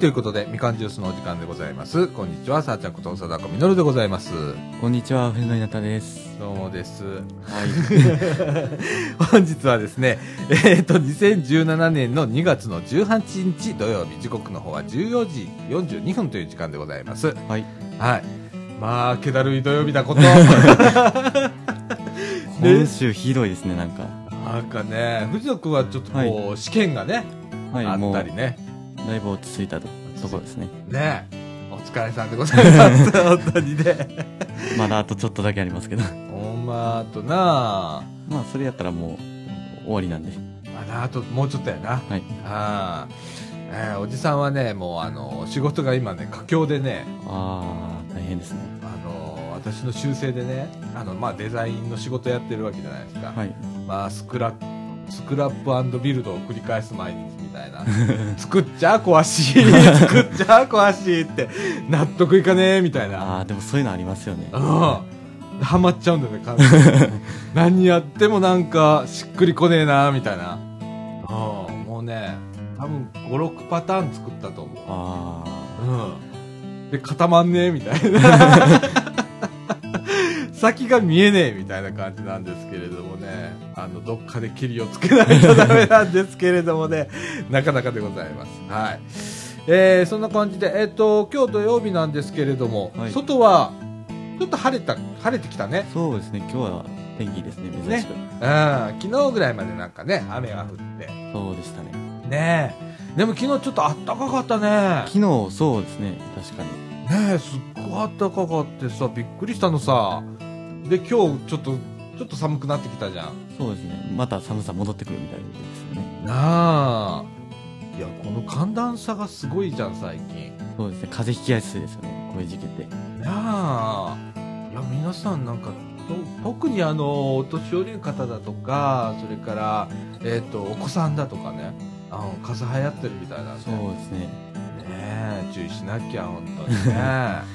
ということで、みかんジュースのお時間でございます。こんにちは、さあちゃんこと、さだこみのるでございます。こんにちは、藤野稲田です。どうもです。はい。 本日はですね、えっ、と、2017年の2月の18日土曜日、時刻の方は14時42分という時間でございます。はい。はい。まあ、気だるい土曜日だ こと。今週ひどいですね、なんか。なんかね、藤野くんはちょっとこう、試験がね、はい、あもっう、ただりね。いぶ落ち着いたととこですね。ねお疲れさんでござい ます。本当にね。まだあとちょっとだけありますけど。 ほんま、あとなあまあ、それやったらもう、終わりなんで。まだあともうちょっとやな。はい。ああ、えーおじさんはね、もうあの、仕事が今ね、佳境でね、あー、大変ですね。あの、私の修正でね、あの、まあ、デザインの仕事やってるわけじゃないですか。はい。まあ、スクラップ、スクラップビルドを繰り返す毎日みたいな。 作っちゃあ壊しい、 作っちゃあ壊しいって、納得いかねえ、みたいな。あー、でもそういうのありますよね。うん。ハマっちゃうんだよね、完全に。何やってもなんか、しっくりこねえな、みたいな。うん。もうね、多分5、6パターン作ったと思う。あうん。で、固まんねえ、みたいな。 先が見えねえ、みたいな感じなんですけれどもね。あの、どっかで切りをつけないとダメなんですけれどもね。なかなかでございます。はい。えー、そんな感じで、えっ、と、今日土曜日なんですけれども、はい外は、ちょっと晴れた、晴れてきたねー。。そうですね、今日は天気ですね、珍しく。うん。昨日ぐらいまでなんかね、雨が降って。そうでしたね。ねえ。でも昨日ちょっと暖かかったね。昨日、そうですね、確かに。ねえすっごい暖かかってさびっくりしたのさで今日ちょっとちょっと寒くなってきたじゃんそうですね、また寒さ戻ってくるみたいですよね。なあいやこの寒暖差がすごいじゃん最近そうですね、風邪ひきやすいですよね、こういう時期って。なあいや皆さんなんかと特にあのお年寄りの方だとかそれから、えっとお子さんだとかねあの風邪流行ってるみたいなんでそうですね。ねえ注意しなきゃ本当 にねはい、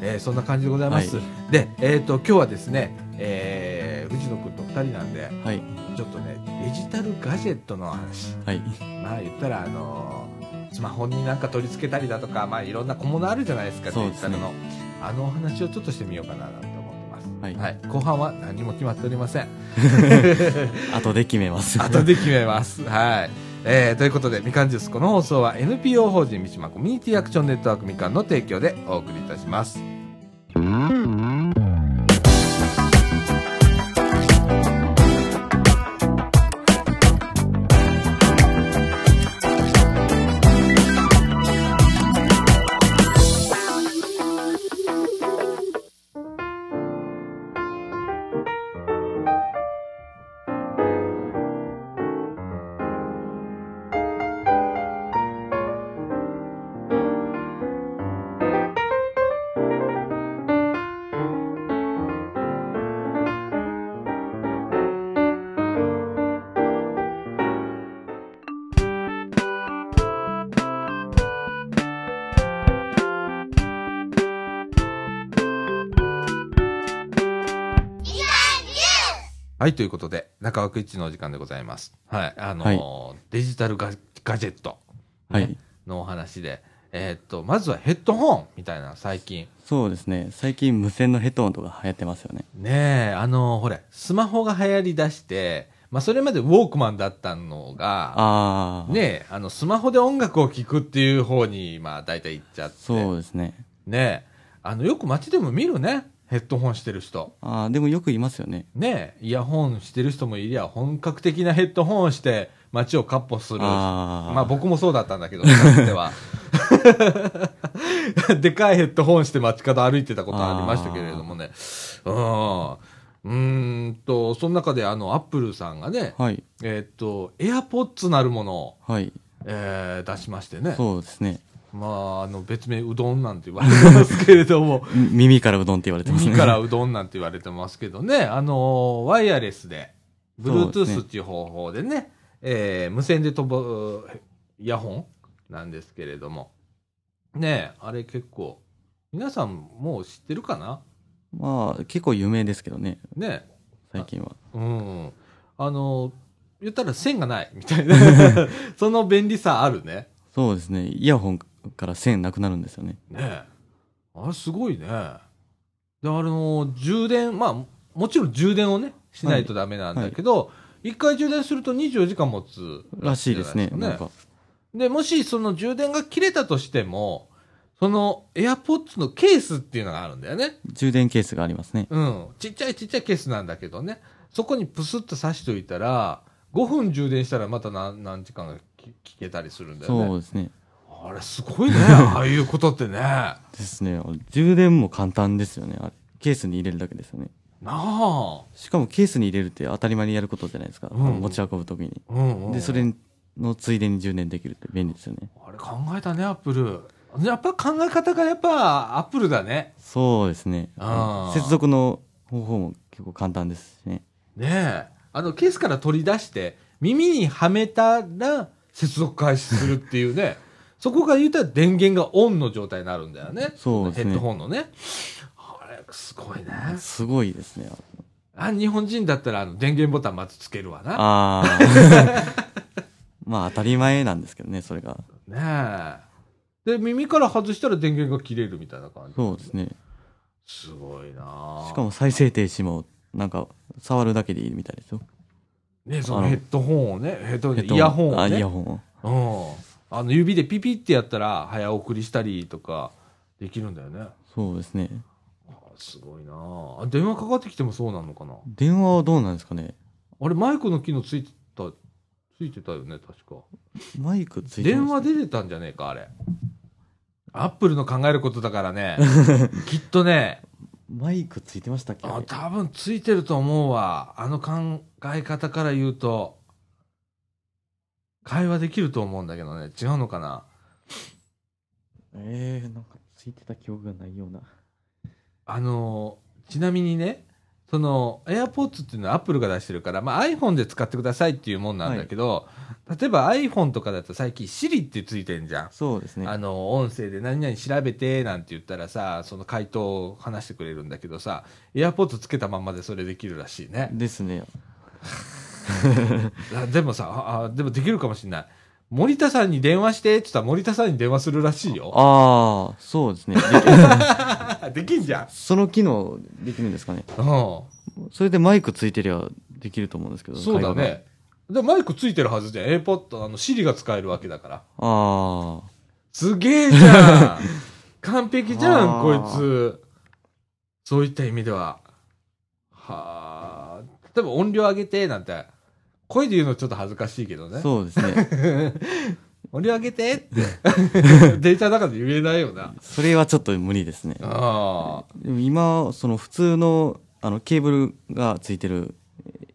えーそんな感じでございます、はで、えー、と今日はですね、えー藤野君と2人なんではい。ちょっとねデジタルガジェットの話はい。まあ言ったらあのースマホになんか取り付けたりだとかまあいろんな小物あるじゃないですかそうデでジすタねルのあのお話をちょっとしてみようかななんて思ってます、はい後半は何も決まっておりません後で決め ます。後で決めます。はい。えーということで、みかんジュース、この放送は NPO 法人三島コミュニティアクションネットワークみかんの提供でお送りいたします。はい、ということで、中枠一のお時間でございます。はい。あのーデジタルガガジェットはい。のお話で、えーっと、まずはヘッドホンみたいな、最近。そうですね。最近無線のヘッドホンとか流行ってますよね。ねえ、あのーほれ、スマホが流行り出して、まあ、それまでウォークマンだったのが、ああ。。ねえ、あの、スマホで音楽を聴くっていう方に、まあ、大体行っちゃって。そうですね。ねえあのよく街でも見るねヘッドホンしてる人ああ、でもよくいますよね。ねえイヤホンしてる人もいりゃ本格的なヘッドホンをして街をカッ歩するあーまあ僕もそうだったんだけどかつては でかいヘッドホンして街角歩いてたことありましたけれどもねうんうーんとその中であのアップルさんがねはい。えーっとエアポッツなるものを、はい。えー出しましてねそうですね。まああの別名うどんなんて言われてますけれどもみ耳からうどんって言われてます耳ね。からうどんなんて言われてますけどね、あのーワイヤレスで、そうです Bluetooth ねっていう方法でね、えー無線で飛ぶイヤホンなんですけれども、ねえあれ結構、皆さんもう知ってるかな まあ、結構有名ですけどね。ねえ最近は。うん。 あのー言ったら線がないみたいな、その便利さあるね。そうですね。イヤホンから線なくなるんですよね。ねえあれすごいねであの充電まあもちろん充電をねしないとダメなんだけど、一回充電すると24時間持つらしいですね。じゃないなですんかねか。でもしその充電が切れたとしてもその AirPods のケースっていうのがあるんだよね充電ケースがありますね。うんちっちゃいちっちゃいケースなんだけどねそこにプスッと挿しといたら5分充電したらまた何何時間がき聞けたりするんだよねそうですね。あれすごい ねああいうことってねなですね。充電も簡単ですよね。あれケースに入れるだけですよね。あしかもケースに入れるって当たり前にやることじゃないですか。うん持ち運ぶときに。うんうんで、それのついでに充電できるって便利ですよね。あれ考えたね、アップル。やっぱ考え方がやっぱアップルだね。そうですね。あー接続の方法も結構簡単ですしね。ねえ。あの、ケースから取り出して、耳にはめたら接続開始するっていう ね。そこが言うたら電源がオンの状態になるんだよね。そうですねヘッドホンのね。あれ、すごいね。すごいですね。あ、日本人だったらあの電源ボタンまずつけるわな。ああ。 まあ当たり前なんですけどね、それが。ねえ。で、耳から外したら電源が切れるみたいな感じ。そうですね。すごいなしかも再生停止も、なんか、触るだけでいいみたいですよ。ね、そあののヘッドホンをね、ヘッドホンヘでッドイヤホンをあ、ねイヤ。ホンうを。ん。あの、指でピピってやったら、早送りしたりとか、できるんだよね。そうですね。あすごいなああ電話かかってきてもそうなのかな電話はどうなんですかねあれ、マイクの機能ついてた、ついてたよね、確か。マイクついて電ます話出てたんじゃねえか、あれ。アップルの考えることだから ね、きっとね、マイクついてましたっけあ多分ついてると思うわ。あの考え方から言うと、会話できると思うんだけどね、違うのかなえー、なんかついてた記憶がないような。あのちなみにね、その AirPods っていうのは Apple が出してるから、まあ、iPhone で使ってくださいっていうもんなんだけど、例えば iPhone とかだと最近 Siri ってついてんじゃん。そうですね。あの音声で何々調べてなんて言ったらさ、その回答を話してくれるんだけどさ、AirPods つけたまんまでそれできるらしいね。ですね。あでもさあ、あでもできるかもしれない。森田さんに電話してって言ったら森田さんに電話するらしいよ。ああ、そうですね。でできんじゃん。その機能できるんですかね。うん。それでマイクついてりゃできると思うんですけど。そうだ会話が。ね。でマイクついてるはずじゃん。AirPod、あの、Siri が使えるわけだから。ああ。すげえじ ゃん完璧じゃん、あこーいつ。そういった意味では。はあ。例えば音量上げて、なんて。声で言うのちょっと恥ずかしいけどね。そうですね。音量上げてって。 データの中で言えないよな。それはちょっと無理ですね。ああ。でも今、その普通のあのケーブルがついてるえ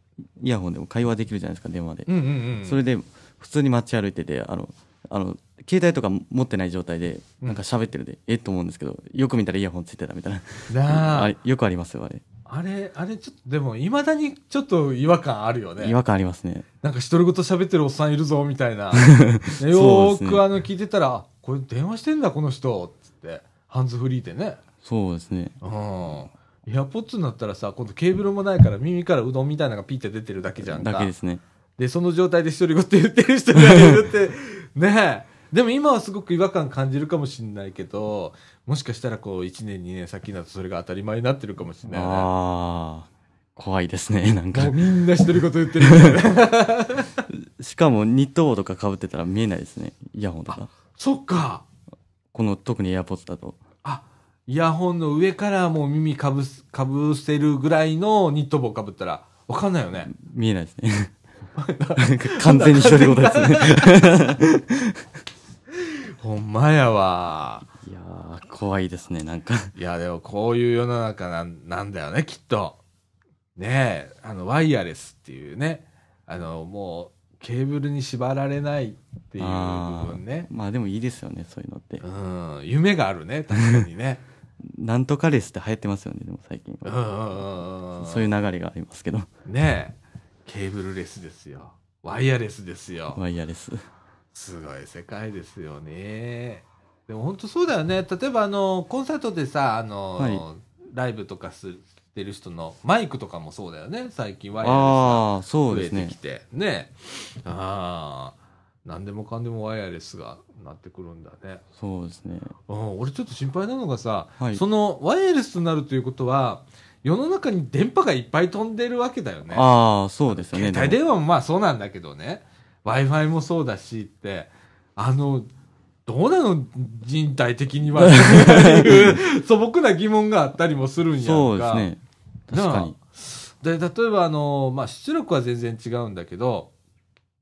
イヤホンでも会話できるじゃないですか、電話で。うんうんうん。それで普通に街歩いてて、あの、あの、携帯とか持ってない状態で、うんなんか喋ってるで、えっと思うんですけど、よく見たらイヤホンついてたみたいな。なあ。あれよくありますよ、あれ。あれ、あれ、ちょっと、でも、いまだにちょっと違和感あるよね。違和感ありますね。なんか独り言喋ってるおっさんいるぞ、みたい な。ねよそうーですくねあの聞いてたら、あこれ電話してんだ、この人、つって。ハンズフリーでね。そうですね。うん。エアポッツになったらさ、今度ケーブルもないから耳からうどんみたいなのがピッて出てるだけじゃんか。だけですね。で、その状態で独り言言ってる人がいるって、 ねえ。でも今はすごく違和感感じるかもしれないけど、もしかしたらこう1年2年先だとそれが当たり前になってるかもしれないね。ああ、怖いです ね、なんもかう。みんな独り言言ってるみたいな。 しかも、ニット帽とか被ってたら見えないですね、イヤホンとか。そっか。この、特にエアポッ s だと。あイヤホンの上からもう耳かぶすかぶせるぐらいのニット帽かぶったら分かんないよね見えないです ね。なんか完全に独り言ですね。ほんまやわいやー、怖いですね、なんか。いやでもこういう世の中なんなんだよねきっとねえあのワイヤレスっていうねあのもうケーブルに縛られないっていうあ部分ねーまあでもいいですよね、そういうのってう。ん夢があるね確かに ねなんとかレースって流行ってますよね、でも最近。うんうんうんうんそういう流れがありますけど。ねえケーブルレスですよワイヤレスですよワイヤレス。すごい世界ですよね。でも本当そうだよね。例えばあのコンサートでさあの、はいライブとかすしてる人のマイクとかもそうだよね。最近ワイヤレスがああー、そう増えですてねき。てね。ああ何でもかんでもワイヤレスがなってくるんだね。そうですね。うん、俺ちょっと心配なのがさ、はいそのワイヤレスとなるということは、世の中に電波がいっぱい飛んでるわけだよね。ああ、そうですよね。携帯でも電話もまあそうなんだけどね。Wi-Fi もそうだしって、あの、どうなの人体的に はっていう素朴な疑問があったりもするんやんか。そうですね。確かに。で、例えばあの、まあ、出力は全然違うんだけど、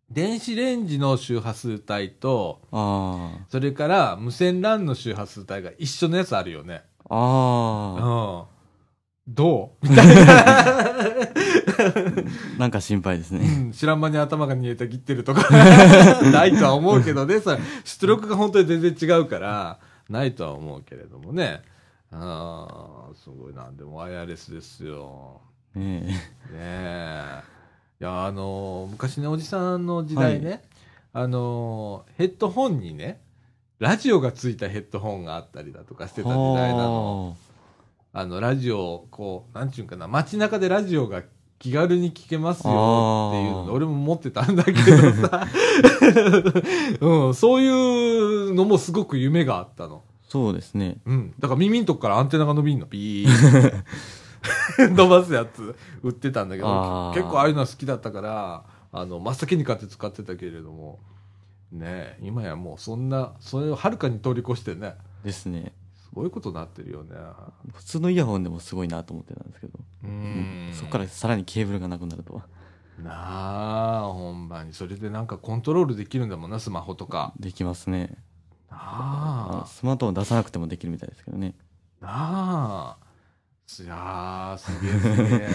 電子レンジの周波数帯と、あそれから無線 LAN の周波数帯が一緒のやつあるよね。あ。うあん。どうあ。なんか心配ですうね。ん知らん間に頭が煮えたぎってるとか、ないとは思うけどね、それ出力が本当に全然違うから、ないとは思うけれどもね。ああ、すごいなんでもワイヤレスですよ。ねえねえ。いや、あの、昔のおじさんの時代ね、あの、ヘッドホンにね、ラジオがついたヘッドホンがあったりだとかしてた時代なの。あの、ラジオを、こう、なんちゅうんかな、街中でラジオが気軽に聞けますよっていうのあー俺も持ってたんだけどさ、うん、そういうのもすごく夢があったの。そうですね。うん。だから耳んとこからアンテナが伸びんの。ピー。 伸ばすやつ売ってたんだけどあ、ー結構ああいうのは好きだったから、あの、真っ先に買って使ってたけれども、ねえ、今やもうそんな、それをはるかに通り越してね、ですね。すごいことになってるよね。普通のイヤホンでもすごいなと思ってたんですけど。うんそこからさらにケーブルがなくなるとは。なあほんまにそれでなんかコントロールできるんだもんなスマホとかできますね。あのなあスマートフォン出さなくてもできるみたいですけどね。なあいやーすげえすげえ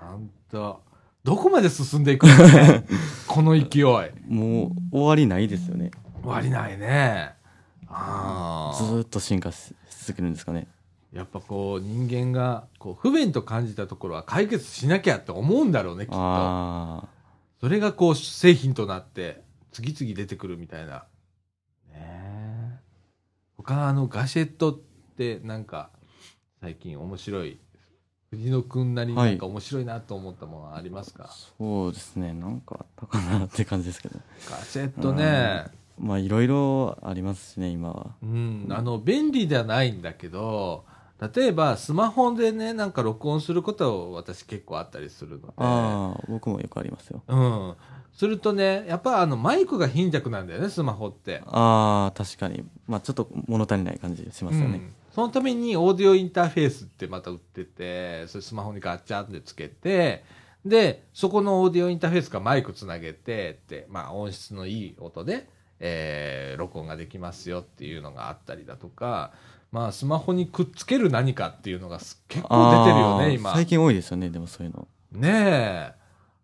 ほんとどこまで進んでいくの ねこの勢い終もう終わりないですよね。わりないねあずあーっと進化しし続けるんですかね。やっぱこう人間がこう不便と感じたところは解決しなきゃって思うんだろうねきっとあそれがこう製品となって次々出てくるみたいなねえ他あのガシェットってなんか最近面白い藤野くんなりにはいなんか面白いなと思ったものありますか、あ。そうですね。なんかあったかなって感じですけど。ガシェットねまあいろいろありますしね、今は。うんあの便利ではないんだけど例えばスマホでねなんか録音することは私結構あったりするのでああ、僕もよくありますよ。うんするとねやっぱあのマイクが貧弱なんだよねスマホってああ、確かに。まあちょっと物足りない感じしますようね。んそのためにオーディオインターフェースってまた売ってて、それスマホにガッチャンってつけて、で、そこのオーディオインターフェースからマイクつなげてって、まあ音質のいい音で、えー録音ができますよっていうのがあったりだとか、まあスマホにくっつける何かっていうのがす結構出てるよあーね、今。最近多いですよね、でもそういうの。ねえ。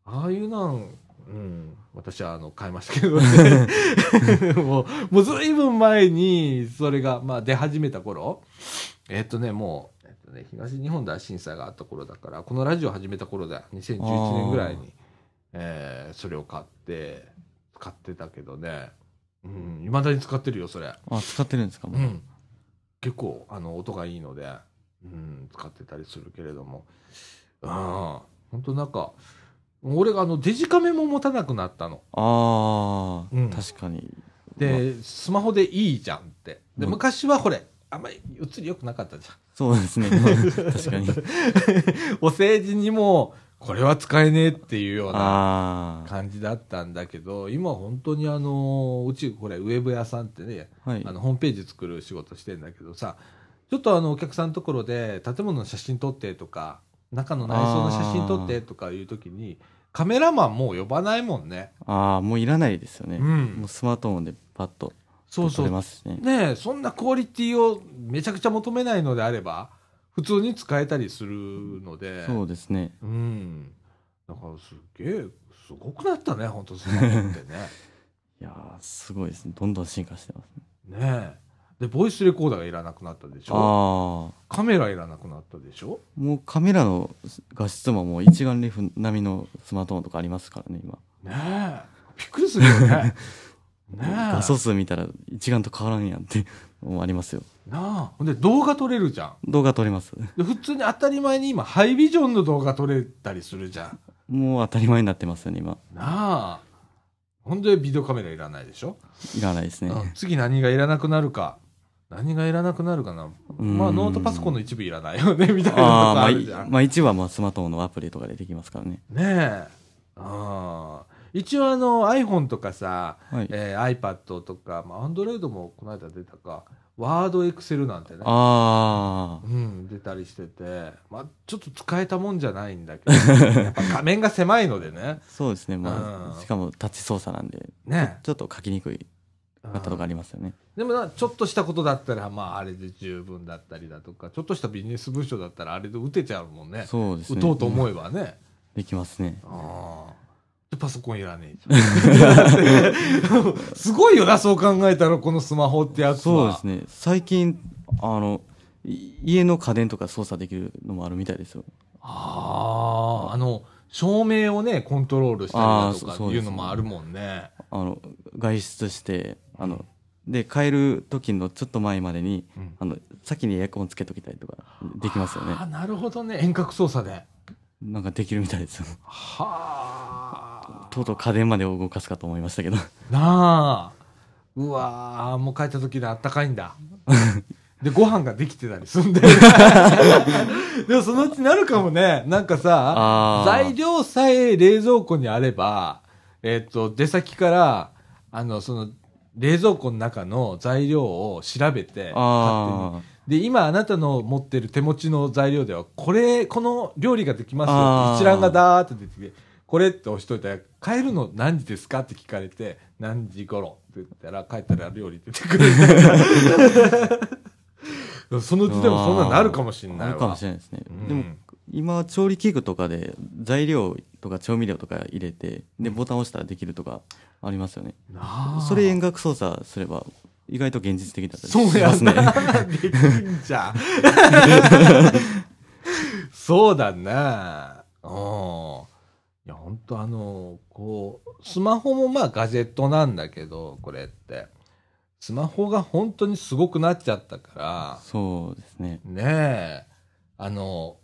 ああいうなん、うん、私はあの、買いましたけどね。もう、もうずいぶん前に、それが、まあ出始めた頃、えっとね、もう、えっとね、東日本大震災があった頃だから、このラジオ始めた頃だよ。2011年ぐらいに、えーそれを買って、使ってたけどね。うん、未だに使ってるよ、それ。あ、使ってるんですか、もう、うん結構あの音がいいので、うん、使ってたりするけれども、うん、本当なんか俺があのデジカメも持たなくなったのああ、うん確かに。でスマホでいいじゃんってでうん昔はほれあんまり映り良くなかったじゃんそうですね。 確かに。お世辞にもこれは使えねえっていうようなあ感じだったんだけど今本当にあのうちこれウェブ屋さんってねあ、はい。あのホームページ作る仕事してんだけどさちょっとあのお客さんのところで建物の写真撮ってとか中の内装の写真撮ってとかいう時にカメラマンもう呼ばないもんね、ああ、もういらないですよね。うんもうスマートフォンでパッとそうそ撮れうますしね。ねえそんなクオリティをめちゃくちゃ求めないのであれば普通に使えたりするのでそうですね。うんだからすげえすごくなったね本当スマホってね いやー、すごいですね。どんどん進化してます、ね。ねえでボイスレコーダーがいらなくなったでしょああ。カメラいらなくなったでしょもうカメラの画質ももう一眼レフ並みのスマートフォンとかありますからね、今。ねえ。びっくりする よね。ねえ。画素数見たら一眼と変わらんやんって のもありますよ。なあ。ほんで、動画撮れるじゃん。動画撮れます。で普通に当たり前に今、ハイビジョンの動画撮れたりするじゃん。もう当たり前になってますよね、今。なあ。ほんでビデオカメラいらないでしょ、いらないですね。 うん次何がいらなくなるか。何がいらなくなるかな。うんまあ、ノートパソコンの一部いらないよね、 みたいなのあがあ、まああるいじゃん。、まあ一部はまあスマートフォンのアプリとかでできますからね。ねえ。あー一応あの iPhone とかさ、はい。えー iPad とか、まあ、Android もこの間出たか、Word、Excel なんてね。あうん、出たりしてて、まあ、ちょっと使えたもんじゃないんだけ ど、やっぱ画面が狭いのでねあ、。そうですね。まうんあ、しかもタッチ操作なんで、ねちょっと書きにくい方とかありますよね。でもなちょっとしたことだったら、まあ、あれで十分だったりだとか、ちょっとしたビジネス文章だったら、あれで打てちゃうもんね。そうですね。打とうとうん思えばね。できますね。ああ。で、パソコンいらねえじゃんすごいよな、そう考えたら、このスマホってやつそうは。ですね。最近、あの、い家の家電とか操作できるのもあるみたいですよ。ああ、あの、照明をね、コントロールしたりだとあかーっそていううですのもあるもんね。あの、外出して、あの、で、帰る時のちょっと前までに、うんあの、先にエアコンつけときたりとか、できますよねあ。あ、なるほどね。遠隔操作で。なんかできるみたいですよ。はあ。とうとう家電まで動かすかと思いましたけど。なあ。うわあ、もう帰った時であったかいん だ。で、ご飯ができてたりすんで。でもそのうちなるかもね。なんかさあ、ー材料さえ冷蔵庫にあれば、えっ、と、出先から、あの、その、冷蔵庫の中の材料を調べて、勝あ手にで、 今あなたの持ってる手持ちの材料では、これ、この料理ができますよあーって一覧がダーって出てきて、これって押しといたら、帰るの何時ですかって聞かれて、何時頃って言ったら、帰ったら料理出てくるみたい な。そのうちでもそんなになるかもしあ。れないあわ。るかもしれないですね。うんでも、今は調理器具とかで材料とか調味料とか入れて、で、ボタンを押したらできるとかありますよね。なあそれ遠隔操作すれば、意外と現実的だったりそうしやますんなね。。 できんじゃん。そうだな。うん。いや、本当あの、こう、スマホもまあガジェットなんだけど、これって。スマホが本当にすごくなっちゃったから、そうですね。ねえ、あの、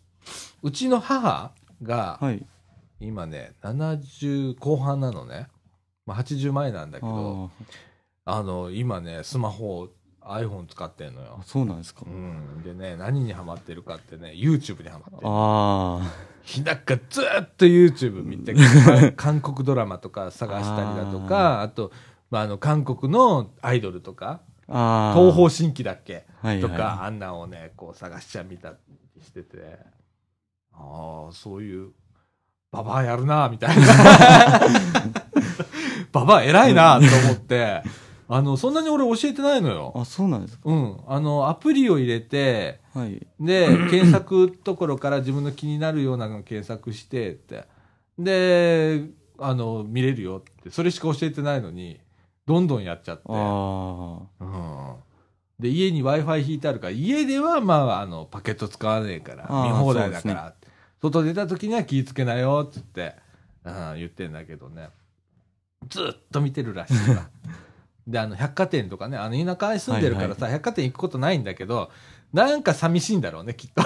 うちの母が、はい。今ね、70後半なのね。まあ、80前なんだけあど、ーあの、今ね、スマホ、iPhone 使ってんのよあ、。そうなんですかう。ん、でね、何にハマってるかってね、YouTube にハマってる。あひなっかずーっと YouTube 見て、韓 韓国ドラマとか探したりだとか、あと、まあ、あの、韓国のアイドルとか、あ。ああ。東方神起だっけはいとはいか、あんなをね、こう探しちゃ見たりしてて、ああ、そういう、ババアやるな、 みたいな。ババア偉いな、と思って、あの、そんなに俺教えてないのよ。あ、そうなんですか。うん。あの、アプリを入れて、はい。で、検索ところから自分の気になるようなのを検索してって。で、あの、見れるよって。それしか教えてないのに、どんどんやっちゃって。ああ。うん。で、家に Wi-Fi 引いてあるから、家では、まあ、あの、パケット使わねえから、あー見放題だそかうでら、外出た時には気ぃつけなよ、っつって、うん、言ってんだけどね。ずっと見てるらしい わ。で、あの、百貨店とかね、あの、田舎に住んでるからさ、百貨店行くことないんだけど、なんか寂しいんだろうね、 きっと。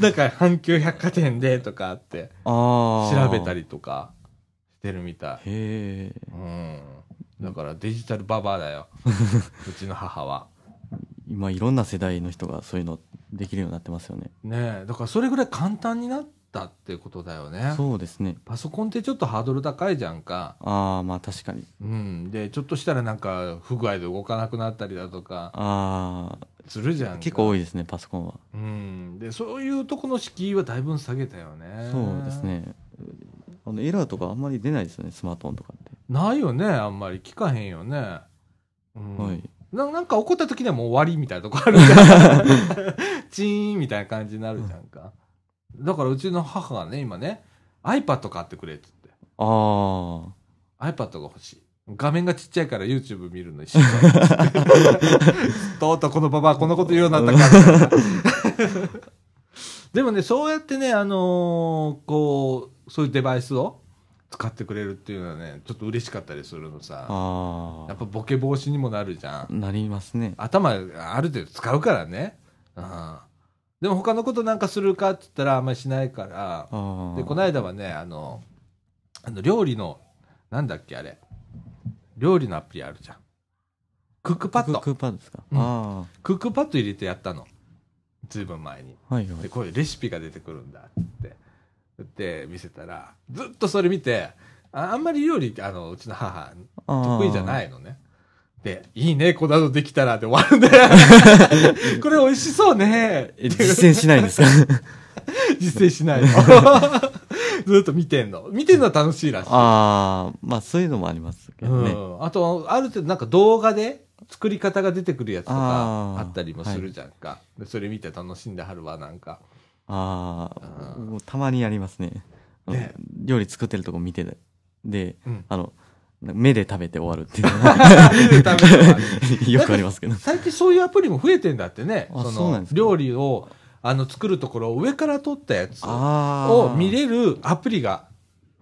だから、阪急百貨店で、とかあって、ああ。調べた。りとか、してるみたい。へえ。うん。だからデジタルババアだ よ。うちの母は。今いろんな世代の人がそういうのできるようになってますよね。ねえ、だからそれぐらい簡単になったってことだよね。そうですね。パソコンってちょっとハードル高いじゃんか。ああ、まあ確かに。うん。で、ちょっとしたらなんか不具合で動かなくなったりだとかあするじゃんあ、か。結構多いですね、パソコンは。うん。で、そういうとこの敷居はだいぶ下げたよね。そうです。ね。あのエラーとかあんまり出ないですよね、スマートフォンとかって。ないよね、あんまり。聞かへんよね。うん。はい。ななんか怒った時にはもう終わりみたいなとこあるから、チーンみたいな感じになるじゃんか。だからうちの母がね、今ね、iPad 買ってくれって言って。ああ。 iPad が欲しい。画面がちっちゃいから YouTube 見るのにしんどいっつってとうとうこのババアこんなこと言うようになったから。でもね、そうやってね、あのーこう、そういうデバイスを使ってくれるっていうのはね、ちょっと嬉しかったりするのさ。あやっぱボケ防止にもなるじゃんあ。。なりますね。頭ある程度使うからね、うん、でも他のことなんかするかって言ったらあんまりしないからああ。でこの間はねあのあの料理のなんだっけあれ料理のアプリあるじゃんクックパッドクックパッドですか、うんあクックパッド入れてやったのずいぶん前にあはいはでいこういうレシピが出てくるんだっつってで見せたらずっとそれ見てああんまり料理あのうちの母あー得意じゃないのねで「いいねこんなのできたら」で終わるん だよこれ美味しそうねえ実践しないんですか実践しないのずっと見てんの見てんのは楽しいらしい ああまあそういうのもありますけどね、うん、あと、ある程度なんか動画で作り方が出てくるやつとかあーあったりもするじゃんか。でそれ見て楽しんではるわ、なんか。あああーもうたまにやりますねね料理作ってるとこ見てで、うん あの目で食べて終わるっていうのはよくありますけど最近そういうアプリも増えてんだってね。あのそうなんですか料理をあの作るところを上から撮ったやつあーを見れるアプリが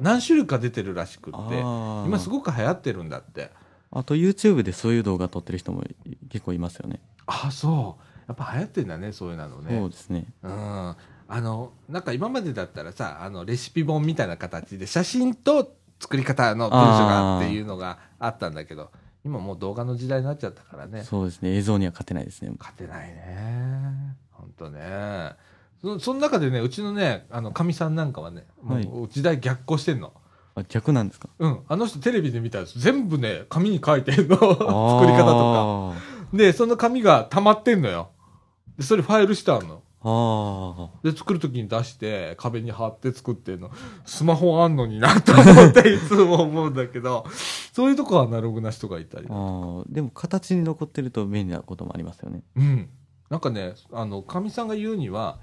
何種類か出てるらしくって、あー今すごく流行ってるんだって。あと YouTube でそういう動画撮ってる人も結構いますよねああ、そう。やっぱ流行ってんだね、そういうのね。そうですねうん、あのなんか今までだったらさあのレシピ本みたいな形で写真と作り方の文章があーっていうのがあったんだけど今もう動画の時代になっちゃったからねそうですね映像には勝てないですね勝てないねほんとねそその中でねうちのねあのかみさんなんかはねはいもう時代逆行してんの、あ逆なんですかうんあの人テレビで見たやつ全部ね紙に書いてんの 作り方とあーかでその紙が溜まってんのよでそれファイルしてあるのあで、作るときに出して、壁に貼って作ってんの。スマホあんのになと思って、いつも思うんだけど、そういうとこはアナログな人がいたりー。あーでも形に残ってると便利なこともありますよねうん。なんかね、あの、かみさんが言うには、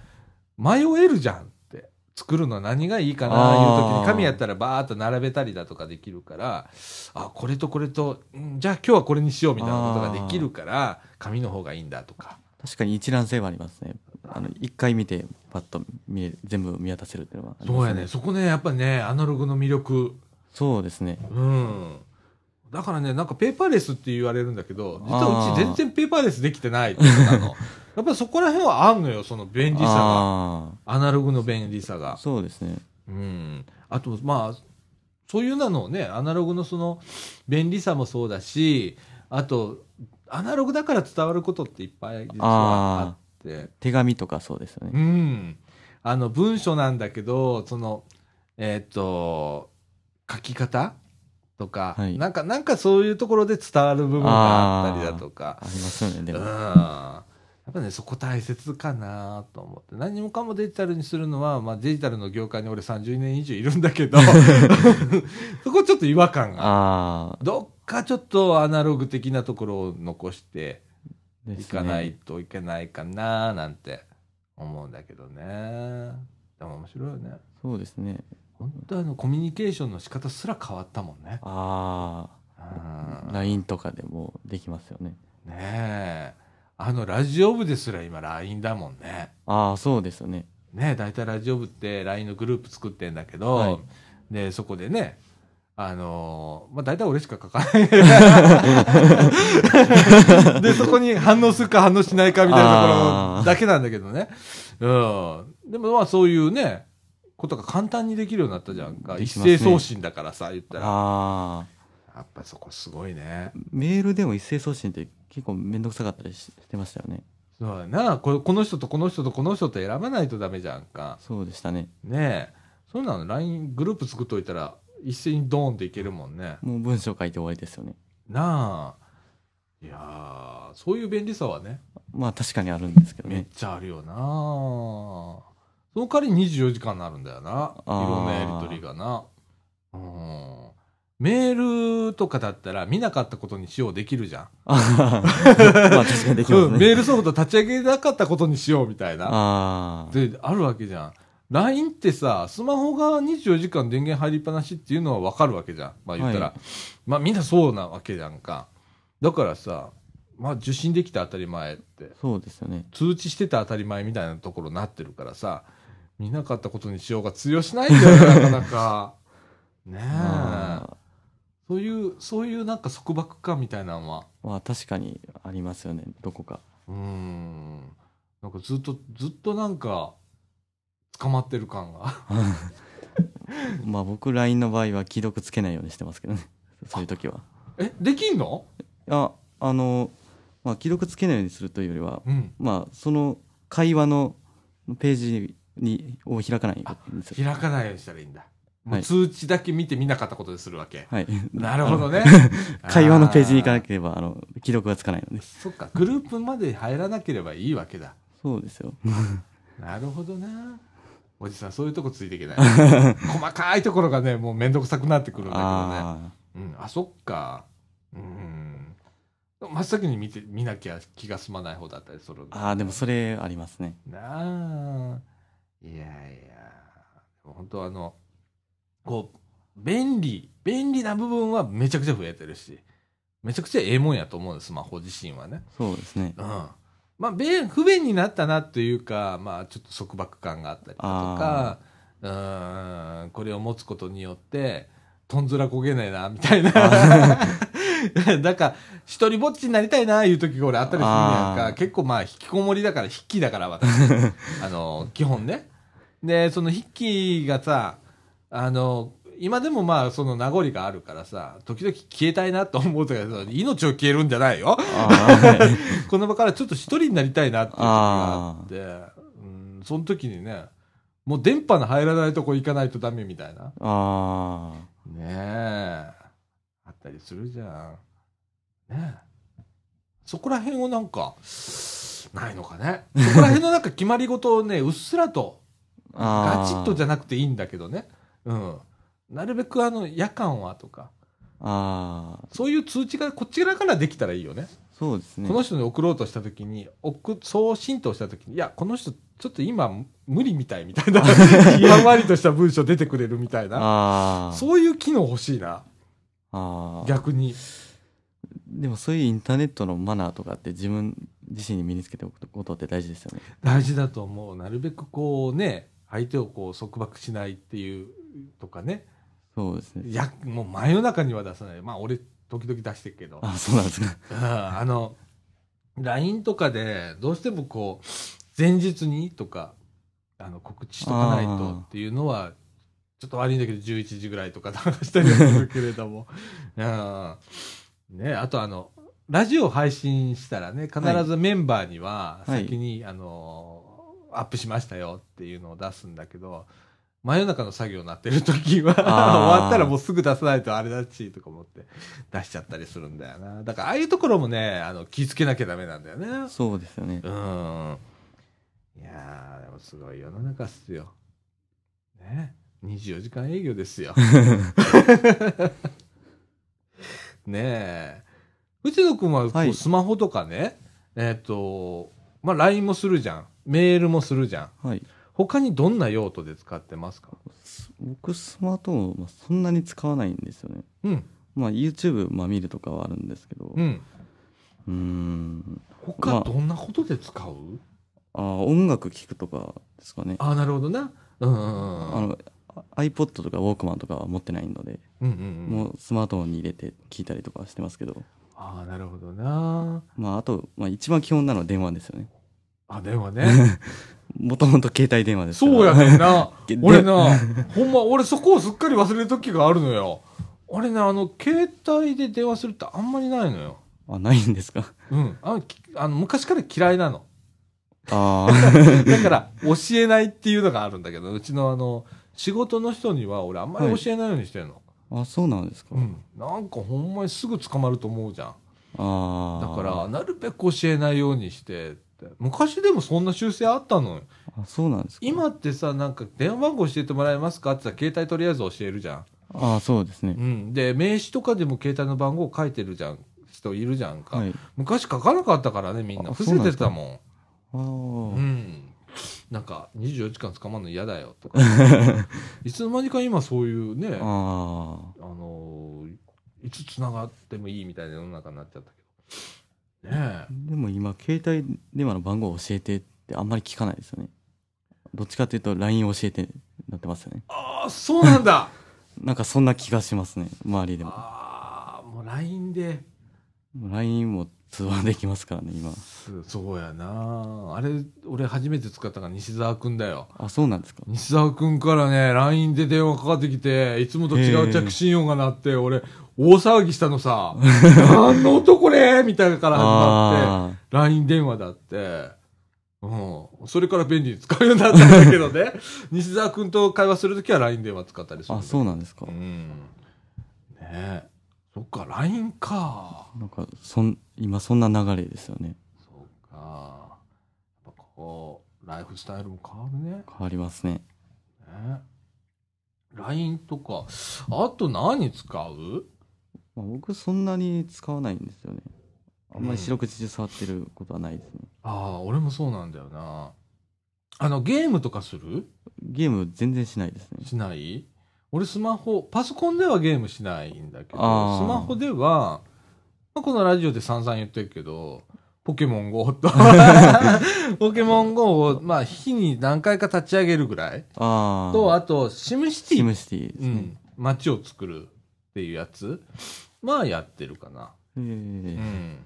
迷えるじゃんって。作るのは何がいいかなあーいうときに、紙やったらバーっと並べたりだとかできるから、あ、これとこれと、んじゃあ今日はこれにしようみたいなことができるから、紙の方がいいんだとか。確かに一覧性はありますねあの一回見てパッと見れ全部見渡せるっていうのはありそうますやね。そこね、やっぱね、アナログの魅力そうですねうん。だからね、なんかペーパーレスって言われるんだけど、実はうあーち全然ペーパーレスできてないっていうのがあ るのやっぱりそこら辺はあんのよ、その便利さが。あアナログの便利さあが。そうですねうん。あと、まあ、そういうのをね、アナログのその便利さもそうだし、あと、アナログだから伝わることっていっぱい実はあって。手紙とかそうですようねん。あの、文書なんだけど、その、えっ、と、書き方とか、はいなんか、なんかそういうところで伝わる部分があったりだとかあ。りますよねうでん。もやっぱね、そこ大切かなと思って。何もかもデジタルにするのは、まあデジタルの業界に俺30年以上いるんだけど、 そこちょっと違和感が。ああどっかちょっとアナログ的なところを残して、で行すねかないといけないかななんて思うんだけどねでも面白いよねそうですね本当あのコミュニケーションの仕方すら変わったもんねあうあん LINE とかでもできますよねねえあのラジオ部ですら今 LINE だもんねああそうですよねねえ大体ラジオ部って LINE のグループ作ってんだけど、はいでそこでねあのーまあ、大体俺しか書かな い。で、そこに反応するか反応しないかみたいなところだけなんだけどね。うん。でもまあそういうね、ことが簡単にできるようになったじゃんか。でき一ますね斉送信だからさ、言ったら。やああっぱそこすごいね。メールでも一斉送信って結構面倒くさかったりししてましたよねそうやなこ。この人とこの人とこの人と選ばないとダメじゃんか。そうでしたねねえ。そういうの LINE グループ作っといたら、一斉にドーンっていけるもんね。もう文章書いて終わりですよねなあいやーそういう便利さはねまあ確かにあるんですけどめっねちゃあるよなその代わり24時間になるんだよないあーろんなやり取りがなうんメールとかだったら見なかったことにしようできるじゃん、あははまあ確かにできまうんメすねールソフト立ち上げなかったことにしようみたいなああであるわけじゃん LINE ってさスマホが24時間電源入りっぱなしっていうのは分かるわけじゃんまあ言ったら、はまあみんなそうなわけじゃんかだからさまあ受信できた当たり前ってそうですよね通知してた当たり前みたいなところになってるからさ見なかったことにしようが通用しない んだよねなかなかねえあそういうそういうなんか束縛感みたいなのはーまあ確かにありますよねどこかうーんなんかずっとずっとなんか捕まってる感がまあ僕 LINE の場合は既読つけないようにしてますけどね そういう時は えできんのああのまあ既読つけないようにするというよりはうんまあその会話のページにを開かないんですよ開かないようにしたらいいんだもうはい通知だけ見て見なかったことでするわけ、はいなるほ どね会話のページに行かなあければあの既読がつかないのでーそっかグループまで入らなければいいわけだそうですよなるほどなおじさんそういうとこついていけ ない細かいところがねもう面倒くさくなってくるんだけどねあうん、あそっかうん真っ先に見て見なきゃ気が済まない方だったりするんーだあーでもそれありますねなあいやいやでも本当あのこう便利便利な部分はめちゃくちゃ増えてるしめちゃくちゃええもんやと思うんですスマホ自身はねそうです ねうんまあ便不便になったなというかまあちょっと束縛感があったりだとかうーんこれを持つことによってとんずら焦げねえなみたいな だから一人ぼっちになりたいないう時が俺あったりするんやんあかー結構まあ引きこもりだから筆記だから私あの基本ねでその筆記がさあの今でもまあその名残があるからさ時々消えたいなと思うとか命を消えるんじゃないよあーこの場からちょっと一人になりたいなっていう時があって、うん、その時にね、もう電波の入らないとこ行かないとダメみたいな。あーねえ。あったりするじゃん。ねえ。そこら辺をなんか、ないのかね。そこら辺のなんか決まり事を ね、うっすらと、あーガチッとじゃなくていいんだけどね。うん。なるべくあの、夜間はとか、ああそういう通知がこちらからできたらいいよね。そうですねこの人に送ろうとしたときに、送送信としたときに、いや、この人、ちょっと今、無理みたいみたいな、 やんわりとした文章出てくれるみたいな、ああそういう機能欲しいな、あー逆に。でもそういうインターネットのマナーとかって自分自身に身につけておくことって大事ですよね大事だと思う。なるべくこうね、相手をこう束縛しないっていうとかね、そうですねやもう真夜中には出さない。まあ、俺、時々出してるけど。あそうなんですかうんあの、LINE とかで、どうしてもこう、前日にとか、あの、告知しとかないあとーっていうのは、ちょっと悪いんだけど、11時ぐらいとか流 したりはするけれども。うんね、あとあの、ラジオ配信したらね、必ずメンバーには、はい先に、あの、アップしましたよっていうのを出すんだけど、真夜中の作業になってる時 は、終あーわったらもうすぐ出さないとあれだし、とか思って出しちゃったりするんだよな。だから、ああいうところもね、あの、気ぃつけなきゃダメなんだよね。 そうですよねうん。いやー、でもすごい世の中っすよ。ね。24時間営業です よ。ねえ。藤野くんはこはういスマホとかね、えっ、と、まあ、LINE もするじゃん。メールもするじゃん。はい他にどんな用途で使ってますか僕スマートフォン、まあ、そんなに使わないんですよねうん。まあ YouTube、まあ、見るとかはあるんですけどう。うんーんま他あどんなことで使う、あー音楽聴くとかですかねああ、なるほどな。うんうんうんうあん。のあ iPod とかウォークマンとかは持ってないので、うんうんうん。もうスマートフォンに入れて聞いたりとかはしてますけどああ、なるほどな。まああと、まあ、一番基本なのは電話ですよねあ、電話ね。もともと携帯電話ですから そうやねんな で。俺な、ほんま、俺そこをすっかり忘れる時があるのよ。俺ね、あの、携帯で電話するってあんまりないのよ。あないんですかうん。あの、きあの昔から嫌いなの。 ああだから、教えないっていうのがあるんだけど、うちのあの、仕事の人には俺あんまり教えないようにしてるの。あそうなんですか、うん。なんかほんまにすぐ捕まると思うじゃん。あだあから、なるべく教えないようにしてって。昔でもそんな習性あったのよ。あそうなんですか今ってさ、なんか電話番号教えてもらえますかってさ、携帯とりあえず教えるじゃん。ああそうですねうん、で名刺とかでも携帯の番号書いてるじゃん人いるじゃんか、はい昔書かなかったからねみんなあ伏せてたもあんーうんなんか24時間捕まるの嫌だよとかいつの間にか今そういうねああのーいつつながってもいいみたいな世の中になっちゃったけどね えーでも今携帯電話の番号を教えてってあんまり聞かないですよねどっちかというと LINE を教えてなってますよねああそうなんだなんかそんな気がしますね周りでもああもう LINE でもう LINE も通話できますからね今すそうやなあれ俺初めて使ったのが西澤君だよあそうなんですか西澤君からね LINE で電話かかってきていつもと違う着信音が鳴って、俺大騒ぎしたの さ何の音これみたいなのから始まってあ LINE 電話だって、うん、それから便利に使うようになったんだけど ね西澤君と会話するときは LINE 電話使ったりすーるあそううなんですかうんねえそっか LINE かなんかそん今そんな流れですよねそうか。やっぱこう、ライフスタイルも変わるね。変わりますねね LINE とか、あと何使うまあ、僕そんなに使わないんですよねあんまり四六時中触ってることはないですね、ああ、俺もそうなんだよな。あの、ゲームとかするゲーム全然しないですねしない俺スマホ、パソコンではゲームしないんだけど、スあーマホでは、まあこのラジオで散々言ってるけど、ポケモン GO と、ポケモン GO を、まあ、日に何回か立ち上げるぐらい。ああと、あと、シムシティシムシティですうねん、街を作るっていうやつまあやってるかな、えうえん、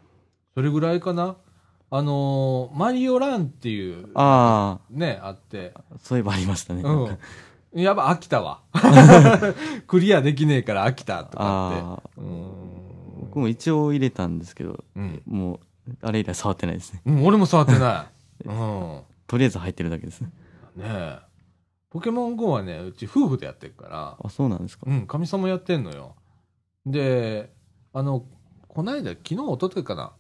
それぐらいかなあのーマリオランっていうあねあってあそういえばありましたね、うんやば飽きた わクリアできねえから飽きたとかああってうん僕も一応入れたんですけどうん、もうあれ以来触ってないですねうん、俺も触ってないうんとりあえず入ってるだけですねねえポケモン GO はねうち夫婦でやってるからあそうなんですかうん、かみさんもやってんのよ。で、あの、こないだ、昨日、一昨日かな。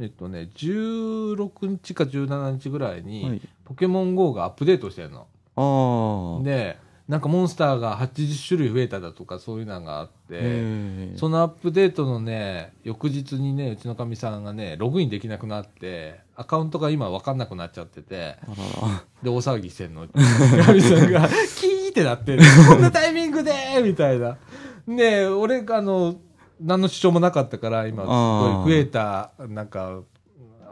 えっとね、16日か17日ぐらいに、はいポケモン GO がアップデートしてんの。ああで、なんかモンスターが80種類増えただとか、そういうのがあって、ええそのアップデートのね、翌日にね、うちのかみさんがね、ログインできなくなって、アカウントが今わかんなくなっちゃってて、あららで、大騒ぎしてん の。ガミさんが、 キーってなってる、こんなタイミングでーみたいな。で、俺、あの、何の主張もなかったから、今、すあーごい増えた、なんか、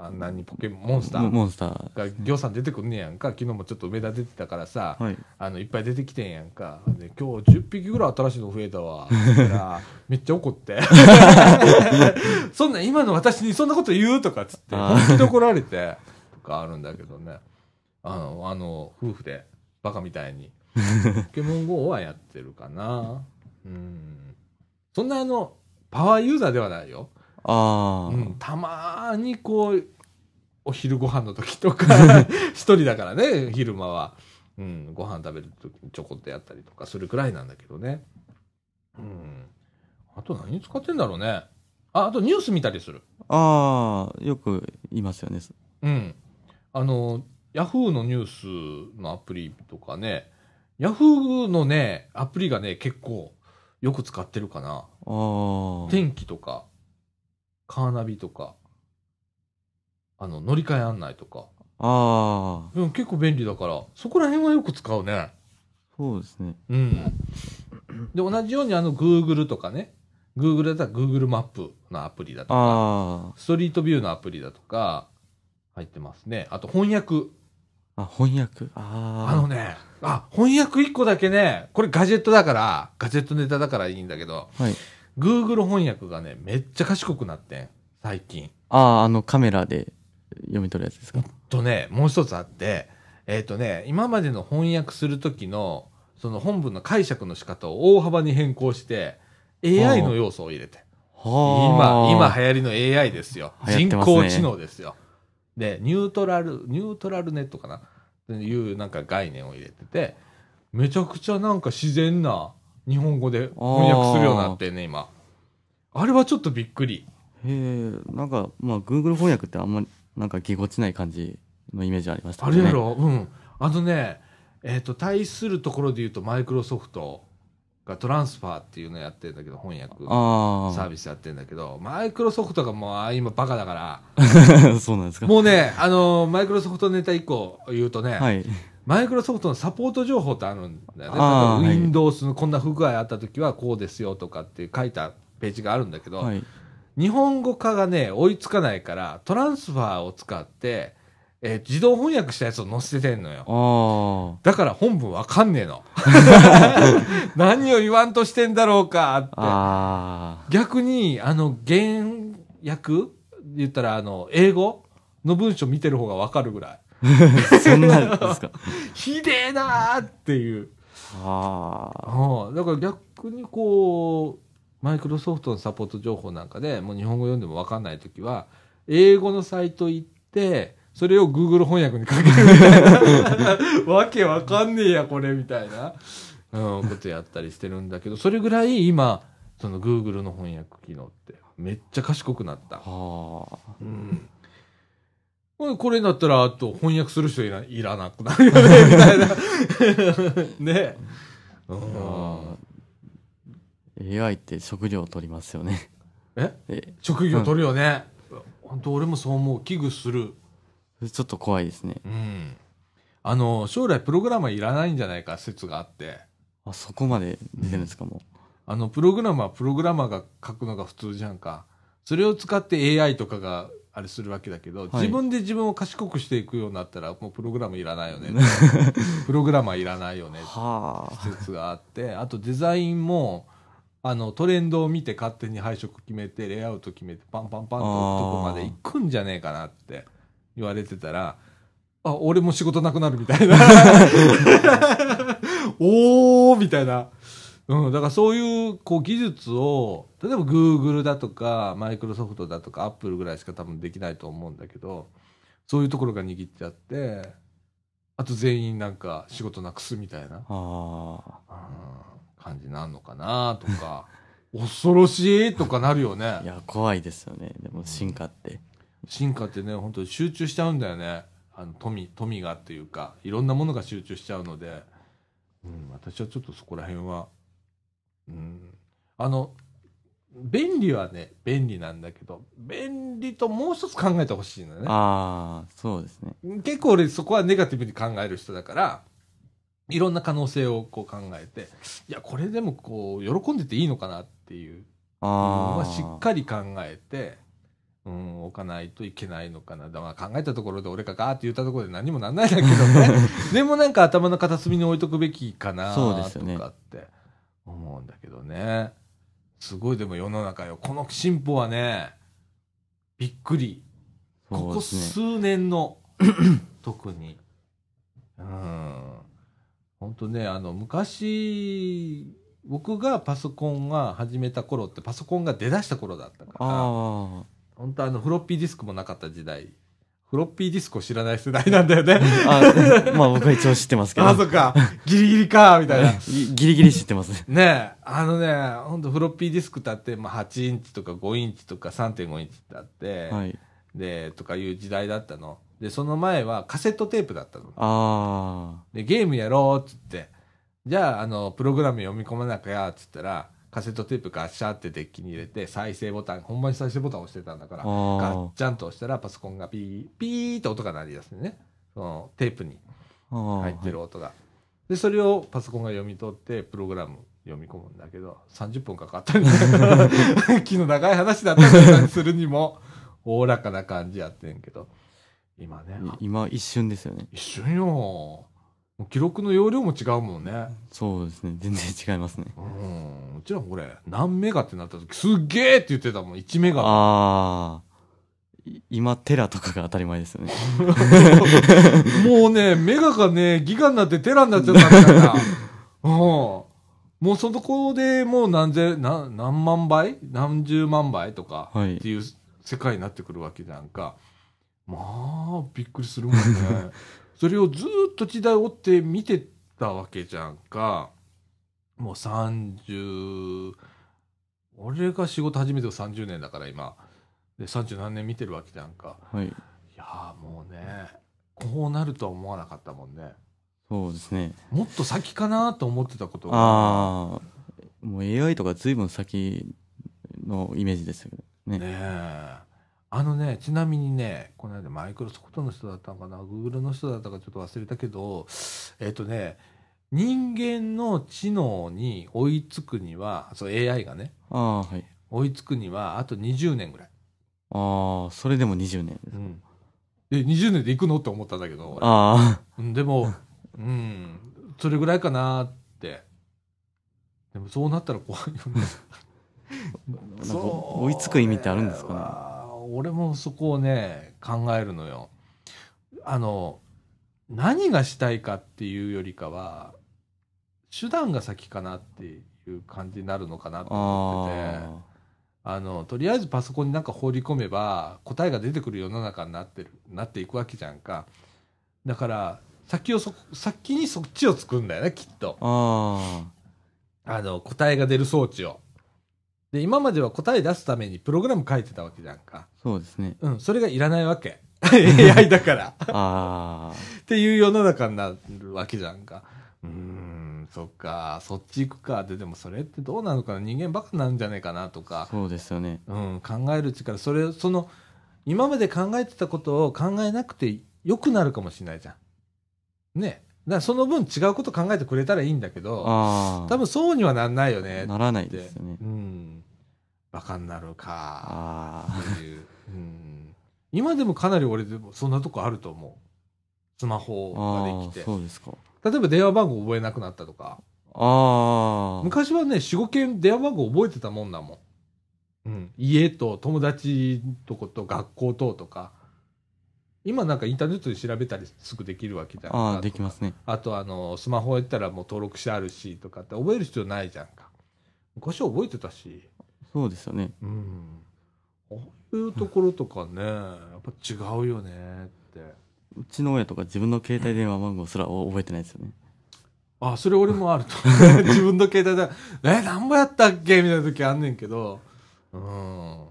あんなにポケモン、モンスタモーモンスターがぎょうさん出てくんねやんか。昨日もちょっと梅田出てたからさ、はいあの、いっぱい出てきてんやんか。で、今日10匹ぐらい新しいの増えたわ。だ から、めっちゃ怒って。そんな、今の私にそんなこと言うとかっつって、あー本気で怒られて、とかあるんだけどね。あの、あの、夫婦で、バカみたい に。ポケモン GO はやってるかな。うん。そんなあの、パワーユーザーではないよ。ああ、うん、たまーにこうお昼ご飯の時とか 一人だからね昼間は、うん、ご飯食べる時にちょこっとやったりとかするくらいなんだけどねうんあと何使ってんだろうねああとニュース見たりするああよく言いますよねうんあのヤフーのニュースのアプリとかねヤフーのねアプリがね結構よく使ってるかなああ天気とか、カーナビとか、あの、乗り換え案内とか。ああうん、結構便利だから、そこら辺はよく使うね。そうですねうん。で、同じようにあの、Google とかね。Google だったら Google マップのアプリだとか、あストリートビューのアプリだとか、入ってますね。あと翻訳。ああ翻訳あああのね、あ、翻訳1個だけね、これガジェットだから、ガジェットネタだからいいんだけど、はい Google 翻訳がね、めっちゃ賢くなってん。最近。あああのカメラで読み取るやつですかとね、もう一つあって、えっ、とね、今までの翻訳する時の、その本文の解釈の仕方を大幅に変更して、AI の要素を入れて。今、今流行りの AI ですよ。流行って人ますね工知能ですよ。で、ニュートラル、ニュートラルネットかなっていうなんか概念を入れてて、めちゃくちゃなんか自然な日本語で翻訳するようになってんね、今。あれはちょっとびっくり。へえなんかまあ Google 翻訳ってあんまりなんかぎこちない感じのイメージありましたあけどれねやろ、うん。あのね、えっ、と、対するところで言うと、マイクロソフトがトランスファーっていうのやってるんだけど、翻訳あサービスやってるんだけど、マイクロソフトがもうあ今バカだかあ そうなんですら、かもうね、あの、マイクロソフトネタ以降言うとね、はいマイクロソフトのサポート情報ってあるんだよね。例えばあーはい Windows のこんな不具合あった時はこうですよとかって書いたページがあるんだけど、はい日本語化がね、追いつかないから、トランスファーを使って、えー自動翻訳したやつを載せてんのよ。あだから本文わかんねえの。何を言わんとしてんだろうかああって。逆に、あの、原訳言ったら、あの、英語の文章見てる方がわかるぐらい。そんなんで すか。ひでえなーっていう。はあ。うんだから逆にこう、マイクロソフトのサポート情報なんかで、もう日本語読んでもわかんないときは、英語のサイト行って、それを Google 翻訳にかけるみたいな。 わけわかんねえや、これ、みたいな、うん、ことやったりしてるんだけど、それぐらい今、その Google の翻訳機能って、めっちゃ賢くなった。はあ。うんこれになったら、あと翻訳する人いらいらなくなるよね、みたいな。 ね。うんいや AI って食料を取りますよね。 ええ職業取るよね。本当俺もそう思う。危惧する。ちょっと怖いですね。うん。あの、将来プログラマーいらないんじゃないか説があって。あ、そこまで出てるんですか、もあの、プログラマー、プログラマーが書くのが普通じゃんか。それを使って AI とかが、あれするわけだけど、い自分で自分を賢くしていくようになったら、もうプログラムいらないよ ね。プログラマーいらないよう。ね。はあ。説があって、 あとデザインも、あの、トレンドを見て勝手に配色決めて、レイアウト決めて、パンパンパンととこまで行くんじゃねえかなって言われてたら、あ、俺も仕事なくなるみたいな。おーみたいな。うん、だからそういう、こう、技術を、例えば Google だとか、Microsoft だとか、Apple ぐらいしか多分できないと思うんだけど、そういうところが握っちゃって、あと全員なんか仕事なくすみたいな。はうん感じなんのかなとか 恐ろしいとかなるよあ。いねや、怖いですよね。でも、進化って。進化ってね本当に集中しちゃうんだよねあの富富がっていうかいろんなものが集中しちゃうので、うん、私はちょっとそこら辺は、うん、あの便利はね便利なんだけど便利ともう一つ考えてほしいのよねああ、そうですね。結構俺そこはネガティブに考える人だから、いろんな可能性をこう考えて、いや、これでもこう、喜んでていいのかなっていうあまあ。あ、しっかり考えて、うん、置かないといけないのかな。だからまあ考えたところで俺がガーって言ったところで何もなんないん だけどね。でもなんか頭の片隅に置いとくべきかなそうですとよねかって思うんだけどね。すごいでも世の中よ。この進歩はね、びっくり。こそうこですね。数年 の、特に。うん。本当ね、あの、昔、僕がパソコンが始めた頃って、パソコンが出だした頃だったから、あ本当あの、フロッピーディスクもなかった時代、フロッピーディスクを知らない世代なんだよね。 あ。あ、 まあ僕は一応知ってますけど。あ、そっか、ギリギリか、みたいな。ぎギリギリ知ってますね。 ねえ、あのね、本当フロッピーディスクだって、まあ、8インチとか5インチとか3.5インチだって、はい。で、とかいう時代だったの。で、その前はカセットテープだったの。あで、ゲームやろうっつって、じゃあ、あの、プログラム読み込まなきゃっつったら、カセットテープガッシャーってデッキに入れて、再生ボタン、ほんまに再生ボタン押してたんだから、あガーッチャンと押したらパソコンがピー、ピーって音が鳴り出すね。そのテープにあ。ああ入ってる音が。で、それをパソコンが読み取って、プログラム読み込むんだけど、30分かかったんだから、 昨日長い話だったんだからするにも、おおらかな感じやってんけど、今ね、い今一瞬ですよね。一瞬よ。もう記録の容量も違うもんね。そうですね。全然違いますね。うん。うちらこれ、何メガってなった時、すっげーって言ってたもん。1メガ。ああ。い今、テラとかが当たり前です よね。もうね、メガがね、ギガになってテラになっちゃったんだから。うん。もうそのこでもう何千、な何万倍何十万倍とか、はいっていう世界になってくるわけじゃんか。まあ、びっくりするもんね。それをずーっと時代を追って見てたわけじゃんか。もう30、俺が仕事始めて30年だから今。で、30何年見てるわけじゃんか。はい。いやーもうね、こうなるとは思わなかったもんね。そうですね。もっと先かなと思ってたことが。ああ。もう AI とか随分先のイメージですよねね。え。あのね、ちなみにね、この間マイクロソフトの人だったのかな、グーグルの人だったかちょっと忘れたけど、えっ、とね、人間の知能に追いつくには、そう AI がね、ああ、はい。追いつくにはあと20年ぐらい。ああ、それでも20年。うん。で、20年で行くのって思ったんだけど、俺あうんでも、うん、それぐらいかなって。でもそうなったら怖いよね。あ。なんか追いつく意味ってあるんですかね。ね。俺もそこをね、考えるのよ。あの、何がしたいかっていうよりかは、手段が先かなっていう感じになるのかなと思ってて。ああのとりあえずパソコンになんか放り込めば答えが出てくる世の中になってるなっていくわけじゃんかだから先をそ先にそっちを作るんだよねきっとあああの答えが出る装置をで今までは答え出すためにプログラム書いてたわけじゃんかーそうですねうんそれがいらないわけ AI だからあっていう世の中になるわけじゃんか。うーん、そっか、そっち行くか。で、でもそれってどうなのかな人間バカなんじゃねえかなとあか、そうですよねうん、考える力、それ、その、今まで考えてたことを考えなくて良くなるかもしれないじゃん。ね。だからその分違うこと考えてくれたらいいんだけど、ああ多分そうにはなんないよね。ならないですよねうん。バカになるか、あっていう。うん。今でもかなり俺でもそんなとこあると思う。スマホーができあーて。そうですか例えば電話番号覚えなくなったとか、ああ昔はね、4、5件電話番号覚えてたもんだもん。うん。家と友達とこと学校ととか、今なんかインターネットで調べたりすぐできるわけじゃん。ああできますすねあとあの、スマホやったらもう登録してあるしとかって覚える必要ないじゃんか。昔は覚えてたし、そうですよねうん。こういうところとかね、やっぱ違うよねって。うちの親とか自分の携帯電話番号すら覚えてないですよねあ、それ俺もある と。自分の携帯で、え、何ぼやったっけみたいな時あんねんけど、うん。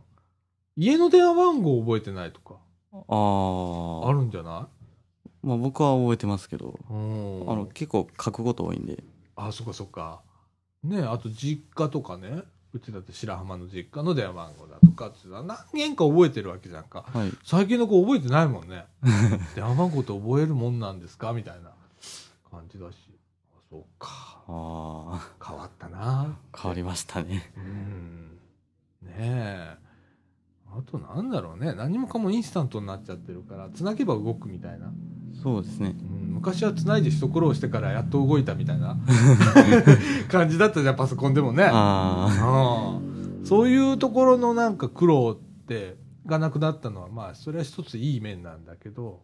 家の電話番号覚えてないとか、あああるんじゃなまあ僕は覚えてますけどいうん。あの、結構書くこと多いんであ、そっかそっか。ねあと実家とかね、うちだって白浜の実家の電話番号だとかってさ、何件か覚えてるわけじゃんか。はい最近の子覚えてないもんね。電話番号って覚えるもんなんですかみたいな感じだし。あ、そうか。あ変わったな。あ変わりましたねうんねえあとなんだろうね何もかもインスタントになっちゃってるからつなげば動くみたいな、そうですねうん昔はつないで一苦労してからやっと動いたみたいな感じだったじゃんパソコンでもねあうんそういうところのなんか苦労ってがなくなったのはまあそれは一ついい面なんだけど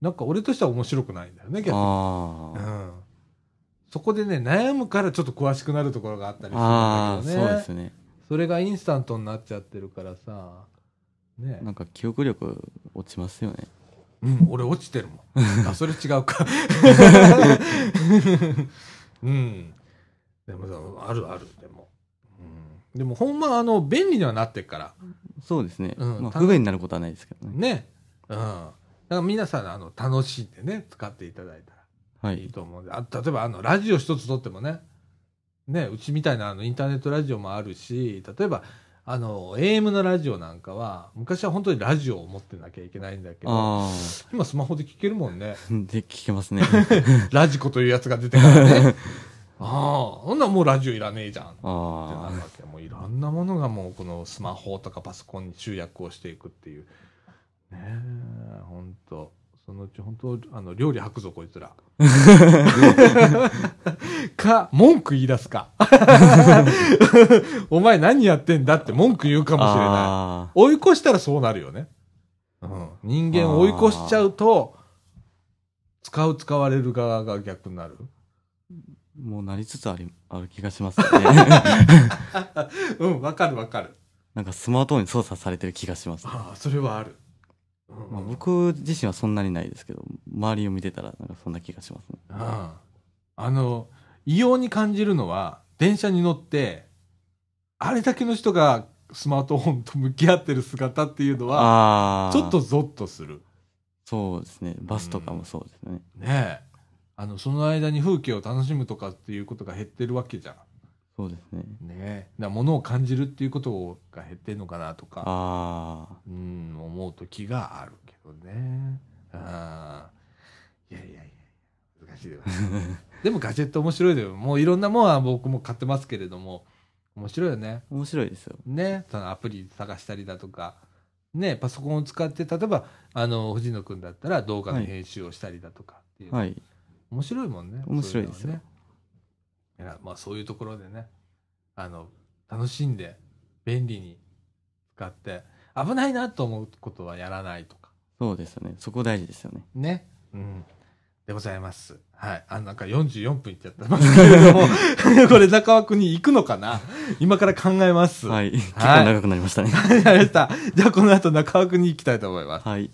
なんか俺としては面白くないんだよねあ逆にあうあんそこでね悩むからちょっと詳しくなるところがあったりするんああだけどねそうですねそれがインスタントになっちゃってるからさ、ねなんか記憶力落ちますよねうん、俺落ちてるもん。あ、それ違うか。 うん。でも、あるある、でも。うん、でも、ほんま、あの、便利にはなってっから。そうですね、うんまあ、た不便になることはないですけどねね。うん。だから皆さん、あの、楽しんでね、使っていただいたら。はいいいと思うんで、あ例えばあのラジオ一つ撮ってもね、ね、うちみたいなあのインターネットラジオもあるし、例えば、あの、AM のラジオなんかは、昔は本当にラジオを持ってなきゃいけないんだけど、あ今スマホで聞けるもんね。あで聞けます ねラジコというやつが出てからね。ああ、ほんならもうラジオいらねえじゃん。ってなあるわけもういろんなものがもうこのスマホとかパソコンに集約をしていくっていうねえほんとそのうち本当あの料理吐くぞこい つらか文句言い出すか お前何やってんだって文句言うかあもしれないあ追い越したらそうなるよね、うん、人間を追い越しちゃうと使う使われる側が逆になるーもうなりつつありある気がしますねうんわかるわかるなんかスマートフォンに操作されてる気がします、ああそれはある、うんまあ、僕自身はそんなにないですけど周りを見てたらなんかそんな気がしますねうんあの、異様に感じるのは、電車に乗って、あれだけの人がスマートフォンと向き合ってる姿っていうのは、ああちょっとゾッとする。そうですねバスとかもそうですね、ねえ。あの、その間に風景を楽しむとかっていうことが減ってるわけじゃそうですねん。ねえ。だから物を感じるっていうことが減ってんのかなとか、ああうん、思う時があるけどね。ああ。いやいやいや、難しいです。でもガジェット面白いでもういろんなもんは僕も買ってますけれども、面白いよね。面白いですよね、そのアプリ探したりだとか、ね、パソコンを使って、例えば、あの、藤野くんだったら動画のはい編集をしたりだとかっていう、はい面白いもんね。面白いですそうようのはね。いや、まあそういうところでね、あの、楽しんで、便利に使って、危ないなと思うことはやらないとか。そうですよね。そこ大事ですよね。ね。うん。でございます。はい。あの、なんか44分いっちゃってますけれど も、これ中枠に行くのかな今から考えます。はい。結構長くなりました ね。ありがとうございました。じゃあこの後中枠に行きたいと思います。はい。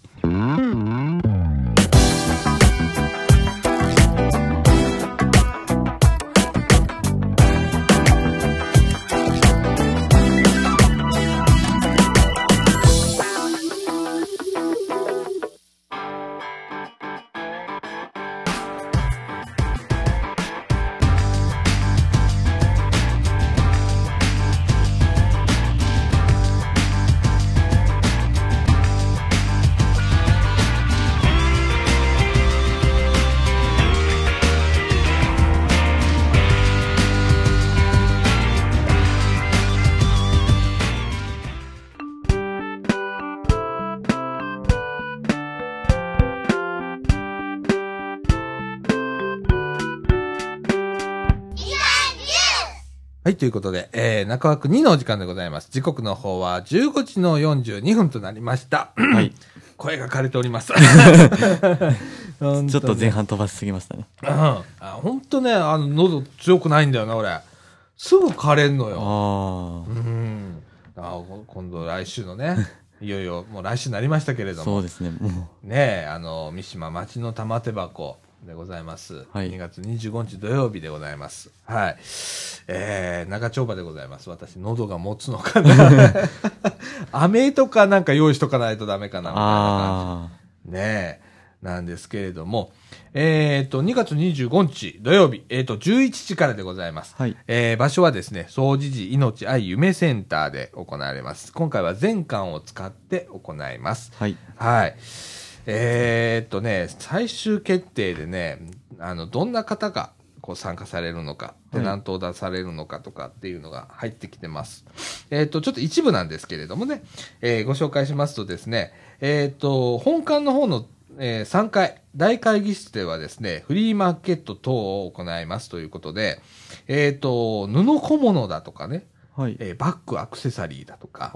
はい、ということで、えー、中枠2のお時間でございます。時刻の方は15時の42分となりました。はい。声が枯れており ます。ちちょっと前半飛ばしすぎましたね。うんあ本当ね、あの、喉強くないんだよな、俺。すぐ枯れんのよ。あうん。あこ今度来週の ね、いよいよ、もう来週になりましたけれあ。どそも、うですね。もねえ、あの、三島町の玉手箱でございます。はい2月25日土曜日でございます。はい。えー、長丁場でございます。私、喉が持つのか な。飴とかなんか用意しとかないとダメかう。な、みたいな感じ。あねえ、なんですけれども、えっ、と、2月25日土曜日、えっ、と、11時からでございます。はいえー場所はですね、総持寺命愛夢センターで行われます。今回は全館を使って行いますあ。。はい。はい。えーっとね、最終決定でね、あの、どんな方がこう参加されるのか、はいテナントを出されるのかとかっていうのが入ってきてます。えーっと、ちょっと一部なんですけれどもね、えーご紹介しますとですね、えーっと、本館の方の、え3階、大会議室ではですね、フリーマーケット等を行いますということで、えーっと、布小物だとかね、はい。えーバッグ、アクセサリーだとかあ、あ。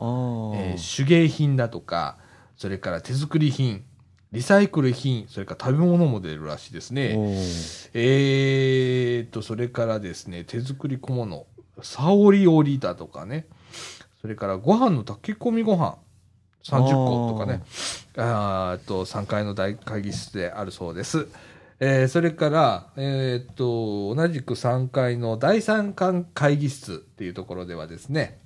えー手芸品だとか、それから手作り品、リサイクル品、それから食べ物も出るらしいですね。おーえーっと、それからですね、手作り小物、サオリオリだとかね、それからご飯の炊き込みご飯30個とかね、あーっと、3階の大会議室であるそうです。えーそれから、えーっと、同じく3階の第3館会議室っていうところではですね、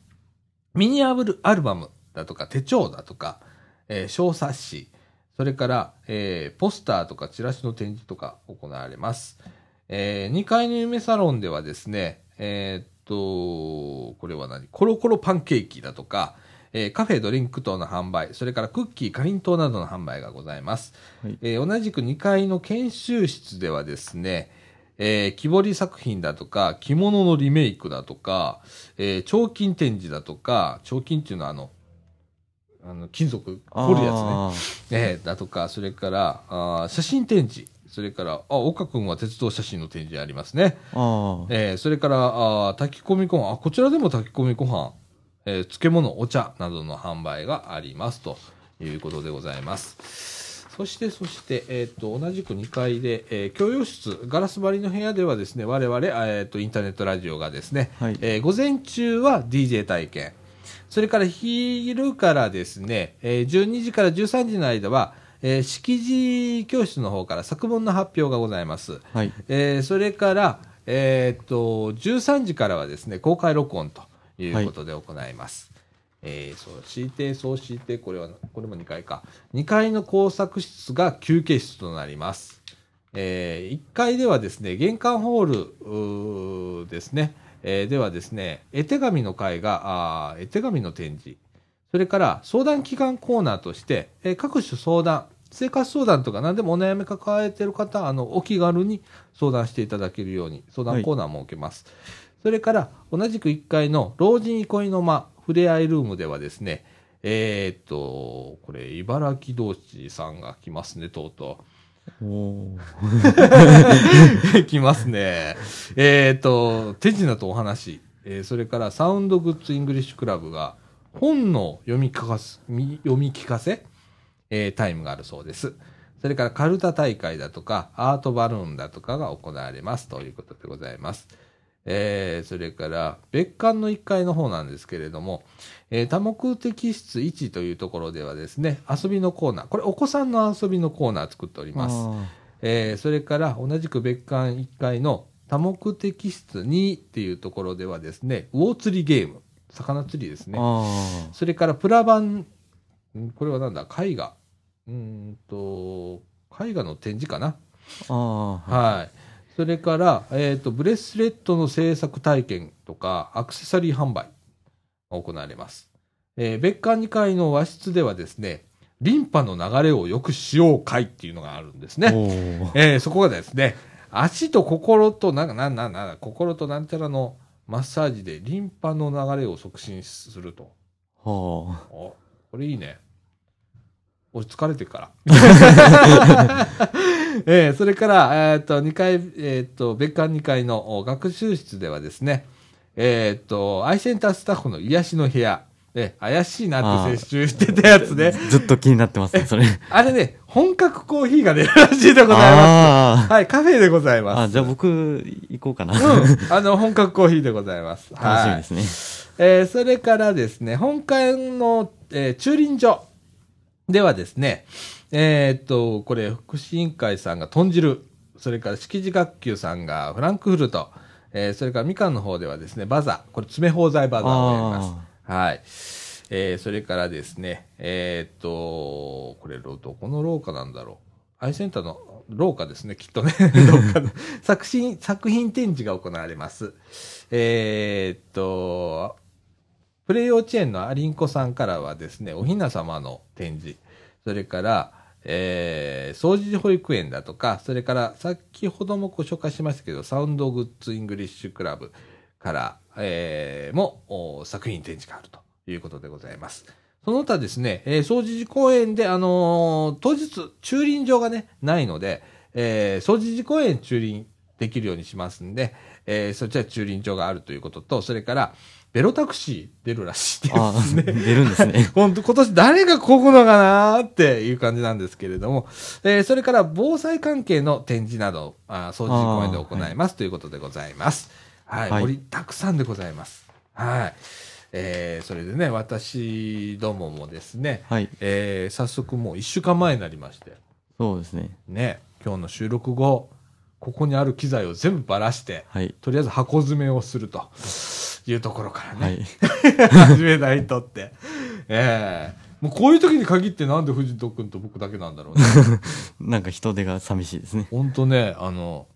ミニアルアルバムだとか手帳だとか、えー小冊子、それから、えーポスターとかチラシの展示とか行われます。え2階の夢サロンではですね、えーっと、これは何コロコロパンケーキだとか、えーカフェ、ドリンク等の販売、それからクッキー、かりんとうなどの販売がございます。はいえー同じく2階の研修室ではですね、えー木彫り作品だとか、着物のリメイクだとか、えー、彫金展示だとか、彫金っていうのはあの、あの金属掘るやつね。あ ええだとか、それから、あー写真展示。それから、あ、岡くんは鉄道写真の展示ありますね。ーあー。ええそれから、あー炊き込みご飯。あ、こちらでも炊き込みご飯、えー漬物、お茶などの販売があります。ということでございます。そして、そして、えっ、と、同じく2階で、えー共用室、ガラス張りの部屋ではですね、我々、えっ、と、インターネットラジオがですね、はいえー午前中は DJ 体験。それから昼からですね、えー12時から13時の間は、えー識字教室の方から作文の発表がございます。はい。えーそれから、えーっと、13時からはですね、公開録音ということで行います。えーそう、敷いて、そう敷いて、これは、これも2階か。2階の工作室が休憩室となります。え1階ではですね、玄関ホールうーですね、えーではですね、絵手紙の会が、あー絵手紙の展示、それから相談機関コーナーとして、えー各種相談、生活相談とか何でもお悩み抱えてる方、あの、お気軽に相談していただけるように、相談コーナーも設けます。それから、同じく1階の老人憩いの間、ふれあいルームではですね、えーっと、これ、茨城同士さんが来ますね、とうとう。おーきますね。えっ、と、手品とお話、えーそれからサウンドグッズイングリッシュクラブが本の読み聞かすみ読み聞かせ、えータイムがあるそうです。それからカルタ大会だとか、アートバルーンだとかが行われますということでございます。えーそれから、別館の1階の方なんですけれども、えー多目的室1というところではですね、遊びのコーナー、これお子さんの遊びのコーナー作っております。えーそれから同じく別館1階の多目的室2っていうところではですね、魚釣りゲーム、魚釣りですね。あそれからプラ版、んこれはなんだ、絵画。うーんと、絵画の展示かな。あ、ああ、はい。それから、えっ、と、ブレスレットの制作体験とか、アクセサリー販売が行われます。えー別館2階の和室ではですね、リンパの流れを良くしよう会っていうのがあるんですね。おお。えーそこがですね、足と心と、なんか、なん、なん、なん、心となんちゃらのマッサージでリンパの流れを促進すると。はお、これいいね。俺疲れてるから。 えーそれから、えっ、と、2階、えっ、と、別館2階のお学習室ではですね、えっ、と、アイセンタースタッフの癒しの部屋、え怪しいなって接種してたやつね。あ。ずっと気になってますね、それ。あれね、本格コーヒーが出るらしいでございまあす。はい、カフェでございあ。ます。あ、じゃあ僕、行こうかな。楽 しうん、あの、本格コーヒーでございます。はいみですね。えーそれからですね、本館の、えー駐輪場ではですね、えーっと、これ、福祉委員会さんが豚汁、それから敷地学級さんがフランクフルト、えーそれからみかんの方ではですね、バザー、これ詰め放題バザーをやります。はい。えーそれからですね、えーっと、これ、どこの廊下なんだろう。アイセンターの廊下ですね、きっとね。どっかの作品、作品展示が行われます。えーっと、プレイ幼稚園のアリンコさんからはですね、おひな様の展示、それから、えー、掃除保育園だとか、それから、先ほどもご紹介しましたけど、サウンドグッズイングリッシュクラブから、えー、もお作品展示があるということでございます。その他ですね、えー、掃除寺公園で、あのー当日、駐輪場がね、ないので、えー、掃除寺公園駐輪できるようにしますんで、えー、そちら駐輪場があるということと、それから、ベロタクシー出るらしいあであす、ね。出るんです ね。本当今年誰がこぐのかなーっていう感じなんですけれども、えーそれから防災関係の展示など、あー掃除公園で行いますということでございます。はい。はい盛りたくさんでございます。はい。えーそれでね、私どももですね、はい。えー早速もう1週間前になりまして、そうですね。ね、今日の収録後、ここにある機材を全部ばらして、はい。とりあえず箱詰めをするというところからね、はい。 始めないとって。ええもうこういう時に限ってなんで藤戸君と僕だけなんだろう ね。なんか人手が寂しいですね。ほんとね、あの、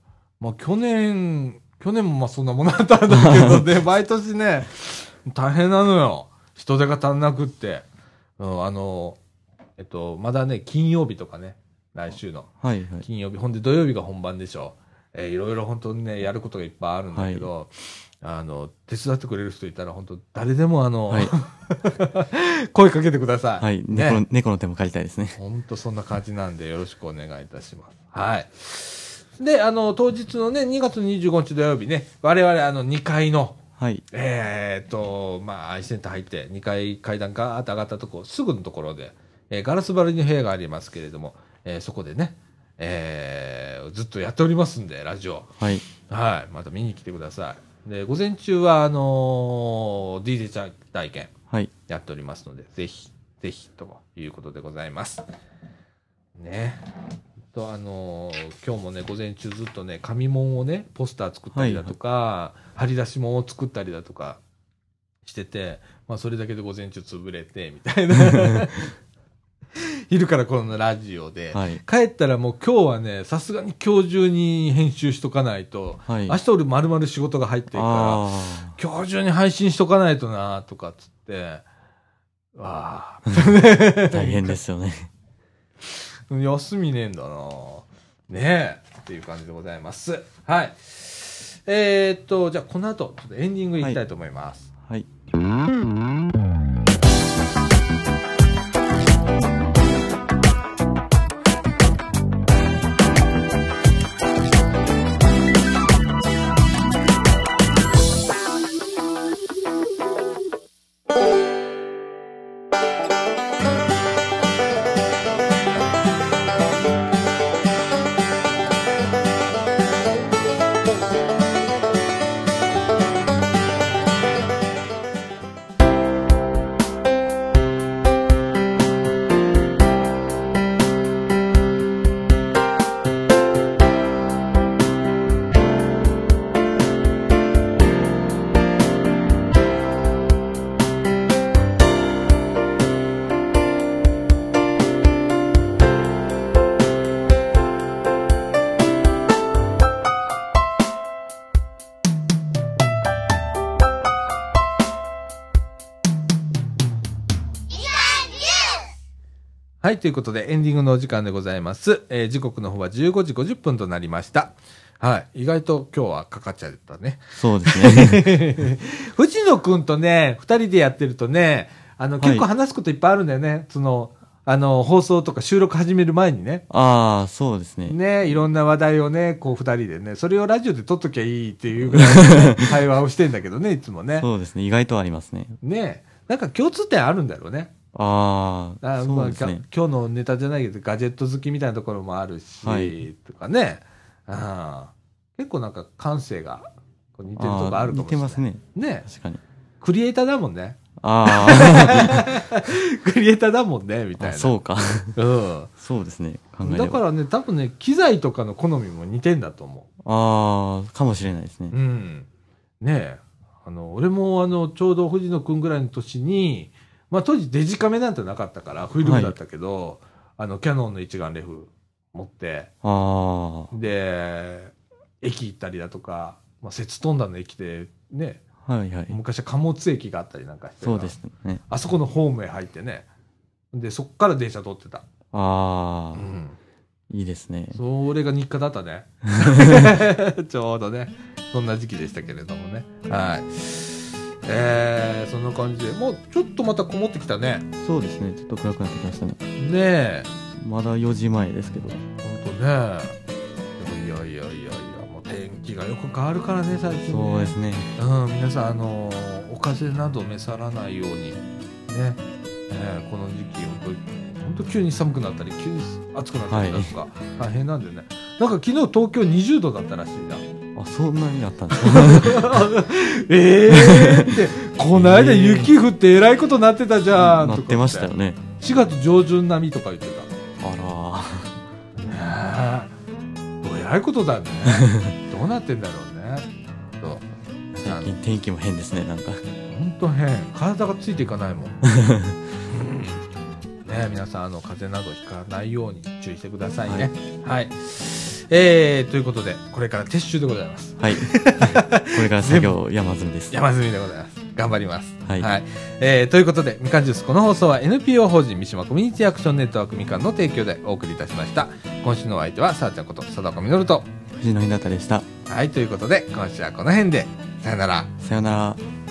まあ、去年、去年もまあそんなものあったんだけど ね、毎年ね、大変なのよ。人手が足んなくって。うん、あの、えっと、まだね、金曜日とかね、来週の。はい、はい。金曜日、ほんで土曜日が本番でしょ。えーいろいろ本当にね、やることがいっぱいあるんだけど、あの、手伝ってくれる人いたら本当誰でもあの、はい。 声かけてください。はい。ね猫の、猫の手も借りたいですね。本当そんな感じなんで、よろしくお願いいたします。はい。で、あの、当日のね、2月25日土曜日ね、我々、あの、2階の、はい。えーっと、まあ、アイセンター入って、2階階段がーっと上がったとこ、すぐのところで、えーガラス張りの部屋がありますけれども、えーそこでね、えーずっとやっておりますんで、ラジオ。はい。はい。また見に来てください。で、午前中は、あのー DJ 体験。はい。やっておりますので、ぜひ、ぜひ、ということでございます。ね。と、あのー今日もね、午前中ずっとね、紙物をね、ポスター作ったりだとか、貼り出し物を作ったりだとかしてて、まあ、それだけで午前中潰れて、みたいな。 昼からこのラジオで、はい帰ったらもう今日はね、さすがに今日中に編集しとかないと、はい明日俺丸々仕事が入ってるから、あ今日中に配信しとかないとなとかっつって、わあ、あ、大変ですよね。休みねえんだなねえ、っていう感じでございます。はい。えー、っと、じゃあこの後、ちょっとエンディングいきたいと思います。はい。はい、ということでエンディングのお時間でございます。えー時刻の方は15時50分となりました。はい、意外と今日はかかっちゃったね。 そうですね。藤野くんとね、二人でやってるとね、あの、はい結構話すこといっぱいあるんだよね。その、あの、放送とか収録始める前にね。ああ、そうですね。ね、いろんな話題をね、こう二人でね、それをラジオで撮っときゃいいっていうぐらい のね会話をしてんだけどね、いつもね。そうですね。意外とありますね。ね、なんか共通点あるんだろうね。ああ、あそまあうですね。が今日のネタじゃないけど、ガジェット好きみたいなところもあるし、はいとかね、あー結構なんか感性がこう似てるとこあるかもしれない。あー似てますね。ね確かに。クリエイターだもんね。 あクリエイターだもんね、みーたいあ、な。 そうか。うそうですね。考えん。れば。だからね、多分ね、機材とかの好みも似てんだと思ああ、かもしれないですねう。う。ん。ねえ。あの、俺もあの、ちょうど藤野くんぐらいの年に、まあ当時デジカメなんてなかったから、フィルムだったけど、あの、キャノンの一眼レフ持って、あで、駅行ったりだとか、まあ、摂津飛んだの駅で、ね、あ、はいはい。昔は貨物駅があったりなんかして、そうですね。あそこのホームへ入ってね、で、そっから電車通ってた。うああ、ん。いいですね。それが日課だったね。 ちょうどね、そんな時期でしたけれどもね。はい。えー、そんな感じで、もうちょっとまたこもってきたね。そうですね。ちょっと暗くなってきましたね。ねえ。まだ4時前ですけど。ほんとね。でもいやいやいやいや、もう天気がよく変わるからね、最近、ね。そうですね。うん、皆さん、あのーお風邪など召さらないようにね、えーこの時期本当本当急に寒くなったり急に暑くなったりだとか、大変なんでねなんか昨日東京20度だったらしいなあ、そんなにあったんですか ええってこの間雪降ってえらいことなってたじゃんなとっかてましたよね。 4月上旬並みとか言ってあたねえどうえらいこと だねどうなってんだろうねそうら、最近天気も変ですね、なんか。本当変体がついていか ないもんね皆さんあの風邪などひかないように注意してくださいねはい、えー、ということでこれから撤収でございますはい。これから作業山積みです。山積みでございます頑張りますはいえーということでみかんジュースこの放送は NPO 法人三島コミュニティアクションネットワークみかんの提供でお送りいたしました今週のお相手はさあちゃんこと貞子みのると藤野ひなたでした。はいということで今週はこの辺でさよならさよなら。